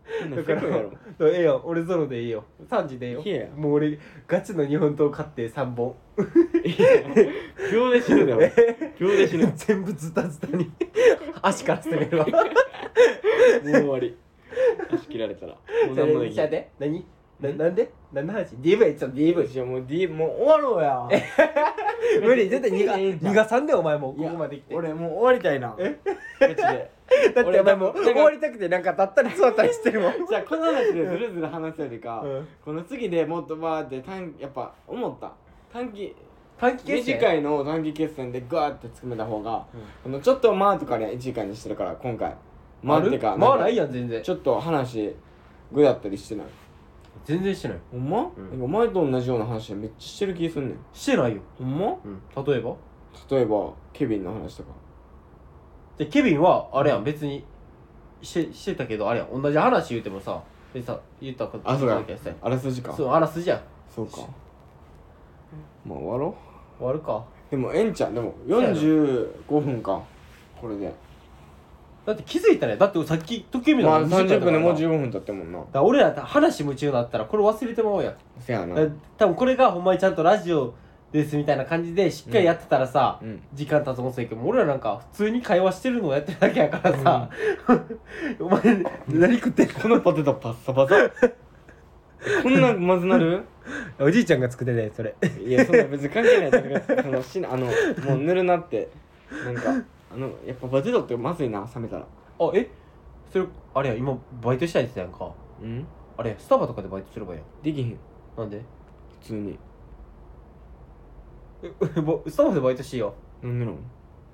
[SPEAKER 3] せ
[SPEAKER 2] か
[SPEAKER 3] こ
[SPEAKER 2] ら
[SPEAKER 3] いやろ
[SPEAKER 2] ええよ俺ゾロでいいよサンジでいいよ
[SPEAKER 3] いいや
[SPEAKER 2] もう俺ガチの日本刀買って3本
[SPEAKER 3] 秒で死ぬだろ秒で死ぬも
[SPEAKER 2] 全部ズタズタ に足から攻めるわ
[SPEAKER 3] う終わり足切られたらもう
[SPEAKER 2] じゃあ
[SPEAKER 3] 何もで
[SPEAKER 2] 何
[SPEAKER 3] き
[SPEAKER 2] じゃ
[SPEAKER 3] な
[SPEAKER 2] あ
[SPEAKER 3] い
[SPEAKER 2] ね何ななんで何の話 ?DV ちょっと DV
[SPEAKER 3] じゃあもう D もう終わろうや
[SPEAKER 2] 無理絶対逃が
[SPEAKER 3] いいんだ
[SPEAKER 2] 逃がさんでお前もここまで来て
[SPEAKER 3] 俺もう終わりたいなえマジで
[SPEAKER 2] だって
[SPEAKER 3] 俺
[SPEAKER 2] お前もう
[SPEAKER 3] なんか
[SPEAKER 2] 終わりたくてなんか立ったり座ったりしてるもん
[SPEAKER 3] じゃあこの話でずるずる話すよりか、
[SPEAKER 2] うん
[SPEAKER 3] この次でもっとバーって短やっぱ思った短期
[SPEAKER 2] 短期決戦
[SPEAKER 3] 短いのを短期決戦でガーって詰めた方が、このちょっと間とかね1時間にしてるから今回間
[SPEAKER 2] 回る
[SPEAKER 3] ってか
[SPEAKER 2] 回ら
[SPEAKER 3] んか
[SPEAKER 2] ないやん全然
[SPEAKER 3] ちょっと話ぐだったりしてない
[SPEAKER 2] 全然してない
[SPEAKER 3] ほんま、
[SPEAKER 2] うん
[SPEAKER 3] なんか前と同じような話めっちゃしてる気すんねん
[SPEAKER 2] してないよ
[SPEAKER 3] ほんま
[SPEAKER 2] 例えば
[SPEAKER 3] 例えばケビンの話とか
[SPEAKER 2] でケビンはあれやん別にしてしてたけどあれやん同じ話言うてもさ別にさ言ったこと
[SPEAKER 3] あそうか
[SPEAKER 2] だけどさ
[SPEAKER 3] あらすじか
[SPEAKER 2] そうあらすじゃん
[SPEAKER 3] そうかまあ終わろう
[SPEAKER 2] 終わるか
[SPEAKER 3] でもえんちゃんでも
[SPEAKER 2] そうやな
[SPEAKER 3] 45分かこれで
[SPEAKER 2] だって気づいたねだってさっき時計見た
[SPEAKER 3] ま
[SPEAKER 2] ら
[SPEAKER 3] あ30分でもう
[SPEAKER 2] だ
[SPEAKER 3] 15分経ってんもんな
[SPEAKER 2] から俺ら話夢中になったらこれ忘れてまおうやん
[SPEAKER 3] せやな
[SPEAKER 2] だ多分これがほんまにちゃんとラジオですみたいな感じでしっかりやってたらさ、
[SPEAKER 3] うん
[SPEAKER 2] 時間経つもんそうやけど俺らなんか普通に会話してるのをやってるだけやからさ、 お前何食ってん
[SPEAKER 3] このポテトパッサパサこんなまずなる
[SPEAKER 2] の おじいちゃんが作ってたやつそれ
[SPEAKER 3] いやそんな別に関係ないそれそのしなあのもうぬるなってなんかあのやっぱポテトってまずいな冷めたら
[SPEAKER 2] あえそれあれや今バイトしたいって言ってたやんか
[SPEAKER 3] うん
[SPEAKER 2] あれやスタバとかでバイトすればいいやん
[SPEAKER 3] できへん
[SPEAKER 2] なん で
[SPEAKER 3] 普通に
[SPEAKER 2] えスタバでバイトしていいよ
[SPEAKER 3] なんでなの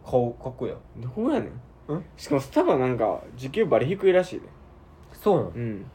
[SPEAKER 2] 顔かっこいいやん
[SPEAKER 3] どこやねん
[SPEAKER 2] ん
[SPEAKER 3] しかもスタバなんか時給バリ低いらしいで
[SPEAKER 2] そうなの
[SPEAKER 3] うん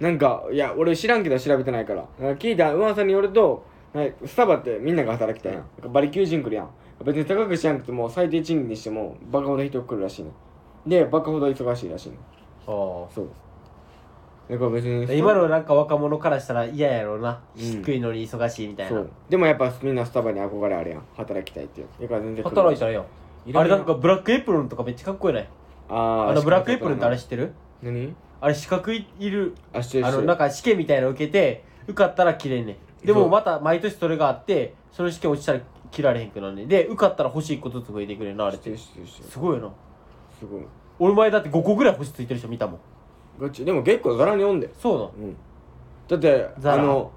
[SPEAKER 3] なんかいや俺知らんけど調べてないからなんか聞いた噂によるとなんかスタバってみんなが働きたいやんなんかバリ求人来るやん別に高くしなくても最低賃金にしてもバカほど人来るらしいねんでバカほど忙しいらしいねん
[SPEAKER 2] あ
[SPEAKER 3] そうだから別
[SPEAKER 2] あ
[SPEAKER 3] に
[SPEAKER 2] 今のなんか若者からしたら嫌やろうな、
[SPEAKER 3] うん
[SPEAKER 2] 低いのに忙しいみたい
[SPEAKER 3] そ
[SPEAKER 2] な
[SPEAKER 3] うでもやっぱみんなスタバに憧れあるやん働きたいっていうだから全然来る
[SPEAKER 2] 働いたらいいやんあれなんか
[SPEAKER 3] い
[SPEAKER 2] ブラックエプロンとかめっちゃかっこよない
[SPEAKER 3] ろいろあー
[SPEAKER 2] あのブラックエプロンってあれ
[SPEAKER 3] 知
[SPEAKER 2] 知ってる
[SPEAKER 3] ってる何
[SPEAKER 2] あれ資格いいる
[SPEAKER 3] あしてる
[SPEAKER 2] あ
[SPEAKER 3] して
[SPEAKER 2] の
[SPEAKER 3] る
[SPEAKER 2] なんか試験みたいなの受けて受かったら切れんねんで
[SPEAKER 3] そ
[SPEAKER 2] も
[SPEAKER 3] う
[SPEAKER 2] また毎年それがあってその試験落ちたら切られへんくなるねんで受かったら星1個ずつ増えてくれんなあれっ
[SPEAKER 3] 知って
[SPEAKER 2] て
[SPEAKER 3] る知ってる知ってる
[SPEAKER 2] すごいよな
[SPEAKER 3] すごい
[SPEAKER 2] 俺前だって5個ぐらい星ついてる人見たもん
[SPEAKER 3] ガチでも結構ザラにおんで
[SPEAKER 2] そうなの
[SPEAKER 3] うんだってあ
[SPEAKER 2] ザラ
[SPEAKER 3] の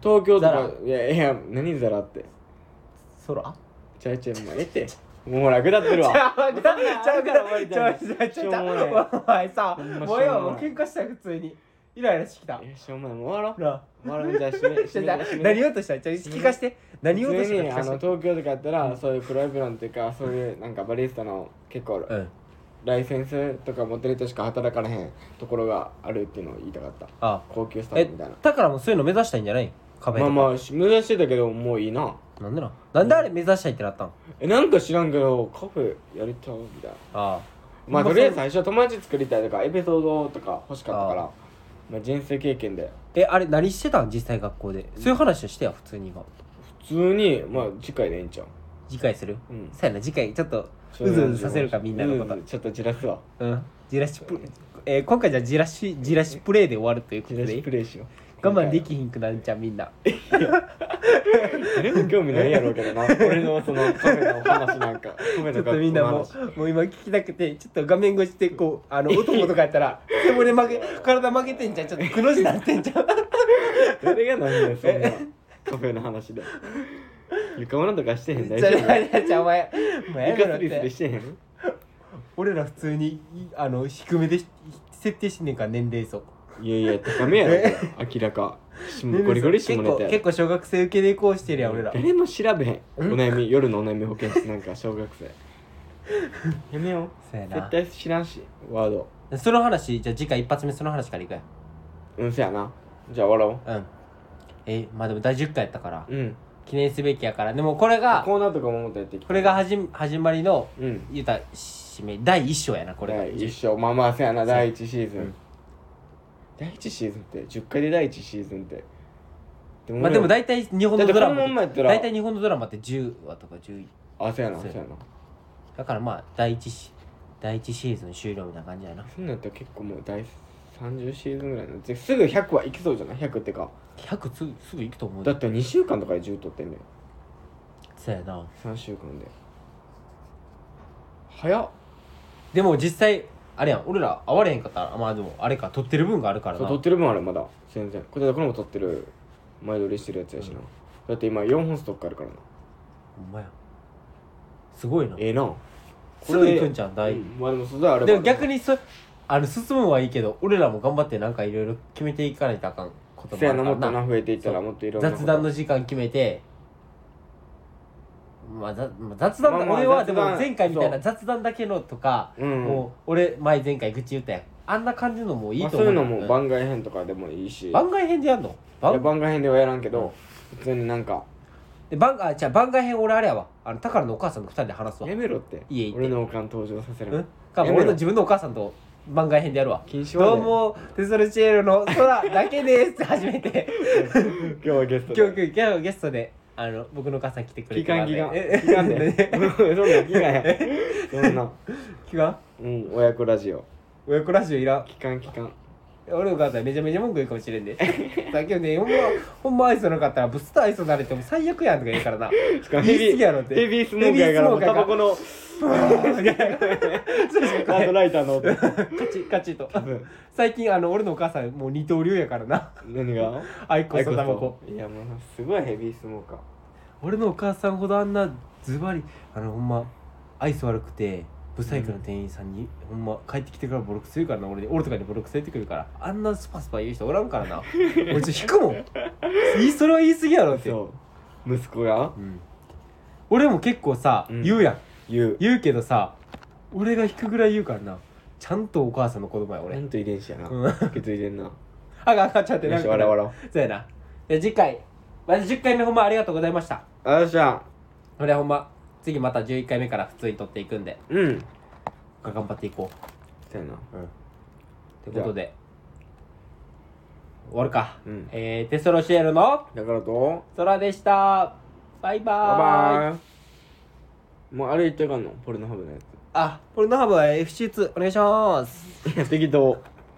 [SPEAKER 3] 東京と
[SPEAKER 2] ザ
[SPEAKER 3] か
[SPEAKER 2] ラ
[SPEAKER 3] いやいや何ザラって
[SPEAKER 2] そら
[SPEAKER 3] ちゃいちゃいもうええってもうほら下ってる
[SPEAKER 2] ち
[SPEAKER 3] わ
[SPEAKER 2] ゃうちゃうちゃうちゃうちゃうちゃうちゃうちゃうお前さ
[SPEAKER 3] ほんまし
[SPEAKER 2] も
[SPEAKER 3] ょうも
[SPEAKER 2] う
[SPEAKER 3] ない
[SPEAKER 2] ええわもう喧嘩したよ普通にイライラしてきた
[SPEAKER 3] いやしょうもないもう終わろう
[SPEAKER 2] なあ
[SPEAKER 3] 終わろうじゃあ締め
[SPEAKER 2] ち
[SPEAKER 3] 締
[SPEAKER 2] ょ
[SPEAKER 3] め
[SPEAKER 2] ちょ
[SPEAKER 3] 締め
[SPEAKER 2] 何言おうとしたちょ聞かして何を落と
[SPEAKER 3] 普通
[SPEAKER 2] した
[SPEAKER 3] に
[SPEAKER 2] か聞か
[SPEAKER 3] あの
[SPEAKER 2] して
[SPEAKER 3] 東京とかやったらそういうプロエプロンっていうかそういうなんかバリスタの結構
[SPEAKER 2] うん
[SPEAKER 3] ライセンスとか持ってる人しか働かれへんところがあるっていうのを言いたかった
[SPEAKER 2] あ
[SPEAKER 3] 高級スタッ
[SPEAKER 2] え
[SPEAKER 3] フみたいな
[SPEAKER 2] だからもうそういうの目指したいんじゃない壁
[SPEAKER 3] まあ
[SPEAKER 2] とか
[SPEAKER 3] まあし無駄してたけどもういいな
[SPEAKER 2] なんでなんなんであれ目指したいってなったん
[SPEAKER 3] えなんか知らんけどカフェやりたいみたいな
[SPEAKER 2] あま
[SPEAKER 3] まあ
[SPEAKER 2] あ
[SPEAKER 3] とりあえず最初は友達作りたいとかエピソードとか欲しかったから
[SPEAKER 2] あ
[SPEAKER 3] まあ人生経験で
[SPEAKER 2] あえあれ何してたん実際学校でそういう話をしてや普通に今
[SPEAKER 3] 普通にまあ次回でええんちゃう
[SPEAKER 2] 次回する
[SPEAKER 3] うん
[SPEAKER 2] そうやな次回ちょっとうずうずさせるかみんなのこ
[SPEAKER 3] う
[SPEAKER 2] と
[SPEAKER 3] ずうずちょっとじらすわ
[SPEAKER 2] うんジラシプレイえー今回じゃあジラシジラシプレイで終わるというこ
[SPEAKER 3] じ
[SPEAKER 2] と
[SPEAKER 3] らし
[SPEAKER 2] で
[SPEAKER 3] プレイしよう
[SPEAKER 2] 我慢できひんくなるんちゃうみんな
[SPEAKER 3] 誰も興味ないやろうけどな俺のそのカフェのお話な んかカフェの
[SPEAKER 2] ちょっ
[SPEAKER 3] 学
[SPEAKER 2] と
[SPEAKER 3] 校
[SPEAKER 2] みんな
[SPEAKER 3] の
[SPEAKER 2] も
[SPEAKER 3] 話
[SPEAKER 2] うもう今聞きたくてちょっと画面越しでこうあの男とかやったら背骨曲げ体曲げてんじゃんちょっとくの字なってんじゃん
[SPEAKER 3] 誰がなんだ よそんなカフェの話で床物とかしてへん
[SPEAKER 2] じゃ あ
[SPEAKER 3] 大丈夫
[SPEAKER 2] じゃあじゃあお前もうや
[SPEAKER 3] イ
[SPEAKER 2] めろ
[SPEAKER 3] カ
[SPEAKER 2] っ
[SPEAKER 3] スリスリ
[SPEAKER 2] て
[SPEAKER 3] してへん
[SPEAKER 2] 俺ら普通にあの低めで設定してんねんから年齢層
[SPEAKER 3] いやいや高めやろこれ明らかしもゴリゴリ下
[SPEAKER 2] 結
[SPEAKER 3] ネ
[SPEAKER 2] 構
[SPEAKER 3] タや
[SPEAKER 2] 結
[SPEAKER 3] ろ
[SPEAKER 2] 構小学生受けでいこうしてるやん俺ら
[SPEAKER 3] 誰も調べへんお悩み夜のお悩み保健室なんか小学生やめよ
[SPEAKER 2] そうや
[SPEAKER 3] う
[SPEAKER 2] な
[SPEAKER 3] 絶対知らんしワード
[SPEAKER 2] その話じゃあ次回一発目その話からいくや
[SPEAKER 3] うんそやなじゃあ終わろ
[SPEAKER 2] うんえまあでも第10回やったから
[SPEAKER 3] ううん
[SPEAKER 2] 記念すべきやからでもこれが
[SPEAKER 3] コーナーとかももっとやっていきたい
[SPEAKER 2] これが始め始まりの
[SPEAKER 3] うん
[SPEAKER 2] 言うたら締め第1章やなこ
[SPEAKER 3] こ
[SPEAKER 2] れが
[SPEAKER 3] れ一生まあまあそやな
[SPEAKER 2] そう
[SPEAKER 3] 第一シーズン、
[SPEAKER 2] うん
[SPEAKER 3] 第一シーズンって10回で第一シーズンってでも
[SPEAKER 2] まあでも大体日本の
[SPEAKER 3] だって
[SPEAKER 2] ドラ
[SPEAKER 3] このまんま
[SPEAKER 2] マ
[SPEAKER 3] やったら
[SPEAKER 2] 大体日本のドラマって10話とか11
[SPEAKER 3] あそやな
[SPEAKER 2] そ
[SPEAKER 3] そう
[SPEAKER 2] や
[SPEAKER 3] やな
[SPEAKER 2] だからまあ第一シ第一シーズン終了みたいな感じやな
[SPEAKER 3] そんなんやったら結構もう第30シーズンぐらいのですぐ100はいきそうじゃない100ってか
[SPEAKER 2] 100つすぐ行くと思う
[SPEAKER 3] だ
[SPEAKER 2] で
[SPEAKER 3] って2週間とかで10取ってんだよ
[SPEAKER 2] そうやな
[SPEAKER 3] 3週間で早っ
[SPEAKER 2] でも実際あれやん俺ら会われへんかったらまあでもあれか撮ってる分があるから
[SPEAKER 3] そう
[SPEAKER 2] な
[SPEAKER 3] 取ってる分あるまだ全然これだこれも取ってる前撮りしてるやつやしな、だって今4本ストックあるからな
[SPEAKER 2] ほんまやすごいな
[SPEAKER 3] ええな
[SPEAKER 2] すぐ行くんじゃん第
[SPEAKER 3] うまあでもそれはあれば
[SPEAKER 2] でも逆にそあの進むのはいいけど俺らも頑張ってなんかいろいろ決めていかないとあかんことも
[SPEAKER 3] せ
[SPEAKER 2] あ
[SPEAKER 3] や
[SPEAKER 2] る
[SPEAKER 3] な
[SPEAKER 2] か
[SPEAKER 3] もっと
[SPEAKER 2] ら
[SPEAKER 3] な
[SPEAKER 2] な
[SPEAKER 3] 増えていったらもっといろんなこと
[SPEAKER 2] 雑談の時間決めてまあざまあ雑談だ、
[SPEAKER 3] まあまあ
[SPEAKER 2] 俺は
[SPEAKER 3] 雑
[SPEAKER 2] で
[SPEAKER 3] 談
[SPEAKER 2] も前回みたいな雑談だけのとか、
[SPEAKER 3] うん
[SPEAKER 2] もう俺前前回愚痴言ったやんあんな感じのもい
[SPEAKER 3] ま
[SPEAKER 2] い
[SPEAKER 3] あ
[SPEAKER 2] と
[SPEAKER 3] そう
[SPEAKER 2] 思
[SPEAKER 3] いう
[SPEAKER 2] う、
[SPEAKER 3] のも
[SPEAKER 2] 番
[SPEAKER 3] 番外編とかでもいいし
[SPEAKER 2] 番外編でやんの
[SPEAKER 3] いや
[SPEAKER 2] 番
[SPEAKER 3] 番外編ではやらんけど普通になんか
[SPEAKER 2] で番あじゃあ番外編俺あれやわあの宝のお母さんと二人で話すわ
[SPEAKER 3] やめろって
[SPEAKER 2] 家行って
[SPEAKER 3] 俺のおかん登場させ
[SPEAKER 2] うん
[SPEAKER 3] る
[SPEAKER 2] か
[SPEAKER 3] やめろ
[SPEAKER 2] 俺の自分のお母さんと番外編でやるわ
[SPEAKER 3] 禁止
[SPEAKER 2] ど
[SPEAKER 3] は
[SPEAKER 2] うもテソルチエールの空だけですって初めて
[SPEAKER 3] 今日はゲスト
[SPEAKER 2] 今日今日今日ゲストであの僕のお母さん来てくれ
[SPEAKER 3] 期
[SPEAKER 2] てた
[SPEAKER 3] 間
[SPEAKER 2] ん
[SPEAKER 3] 期
[SPEAKER 2] で
[SPEAKER 3] 間
[SPEAKER 2] え
[SPEAKER 3] 期間で そんなん期間 やそんな
[SPEAKER 2] 期間
[SPEAKER 3] うん親子ラジオ
[SPEAKER 2] 親子ラジオいらん
[SPEAKER 3] 期間期 間
[SPEAKER 2] 俺のお母さんめちゃめちゃ文句言うかもしれん でさっきのねほんまほんま愛想なかったらブスと愛想慣れても最悪やんとか言うからな
[SPEAKER 3] しか
[SPEAKER 2] 言
[SPEAKER 3] も ヘ
[SPEAKER 2] い
[SPEAKER 3] ビ
[SPEAKER 2] 過ぎやろっ
[SPEAKER 3] ー
[SPEAKER 2] て
[SPEAKER 3] ヘビースモーカーやからもう
[SPEAKER 2] ヘビースモーカー
[SPEAKER 3] タ
[SPEAKER 2] が
[SPEAKER 3] バコのアートライターの音
[SPEAKER 2] カチカチと
[SPEAKER 3] 分
[SPEAKER 2] 最近あの俺のお母さんもう二刀流やからな
[SPEAKER 3] 何が
[SPEAKER 2] アイコスとタバコ
[SPEAKER 3] いやもうすごいヘビースモーカー
[SPEAKER 2] 俺のお母さんほどあんなズバリあのほんま愛想悪くてブサイクの店員さんに、ほんま帰ってきてからボロクソ言うからな俺に俺とかにボロクソ言ってくるからあんなスパスパ言う人おらんからな俺 ちょっと引くもん言いそれは言い過ぎやろってう、
[SPEAKER 3] そう息子が
[SPEAKER 2] ん、俺も結構さ、
[SPEAKER 3] うん
[SPEAKER 2] 言うやん
[SPEAKER 3] 言う
[SPEAKER 2] 言うけどさ俺が引くぐらい言うからなちゃんとお母さんの子供や
[SPEAKER 3] 俺
[SPEAKER 2] 俺、
[SPEAKER 3] なんと遺伝子やな
[SPEAKER 2] うん
[SPEAKER 3] 受け継いでんな
[SPEAKER 2] あがあかんちゃって
[SPEAKER 3] よ
[SPEAKER 2] なん
[SPEAKER 3] し
[SPEAKER 2] か
[SPEAKER 3] 笑おう笑
[SPEAKER 2] そうやなで次回まず10回目ほんまありがとうございました
[SPEAKER 3] おうあよっしゃ
[SPEAKER 2] これほんま次また11回目から普通に撮っていくんで
[SPEAKER 3] うん
[SPEAKER 2] 頑張っていこ
[SPEAKER 3] そうやな
[SPEAKER 2] う。うん。ということで、終わるか。
[SPEAKER 3] うん
[SPEAKER 2] えー、テソロシエルの
[SPEAKER 3] だからと
[SPEAKER 2] 空でした。バイ
[SPEAKER 3] バイ
[SPEAKER 2] バーイ。
[SPEAKER 3] バイもうあれ言ってあかんのポルノハブのや
[SPEAKER 2] あ、ポルノハブは FC2 お願いします。
[SPEAKER 3] つ適当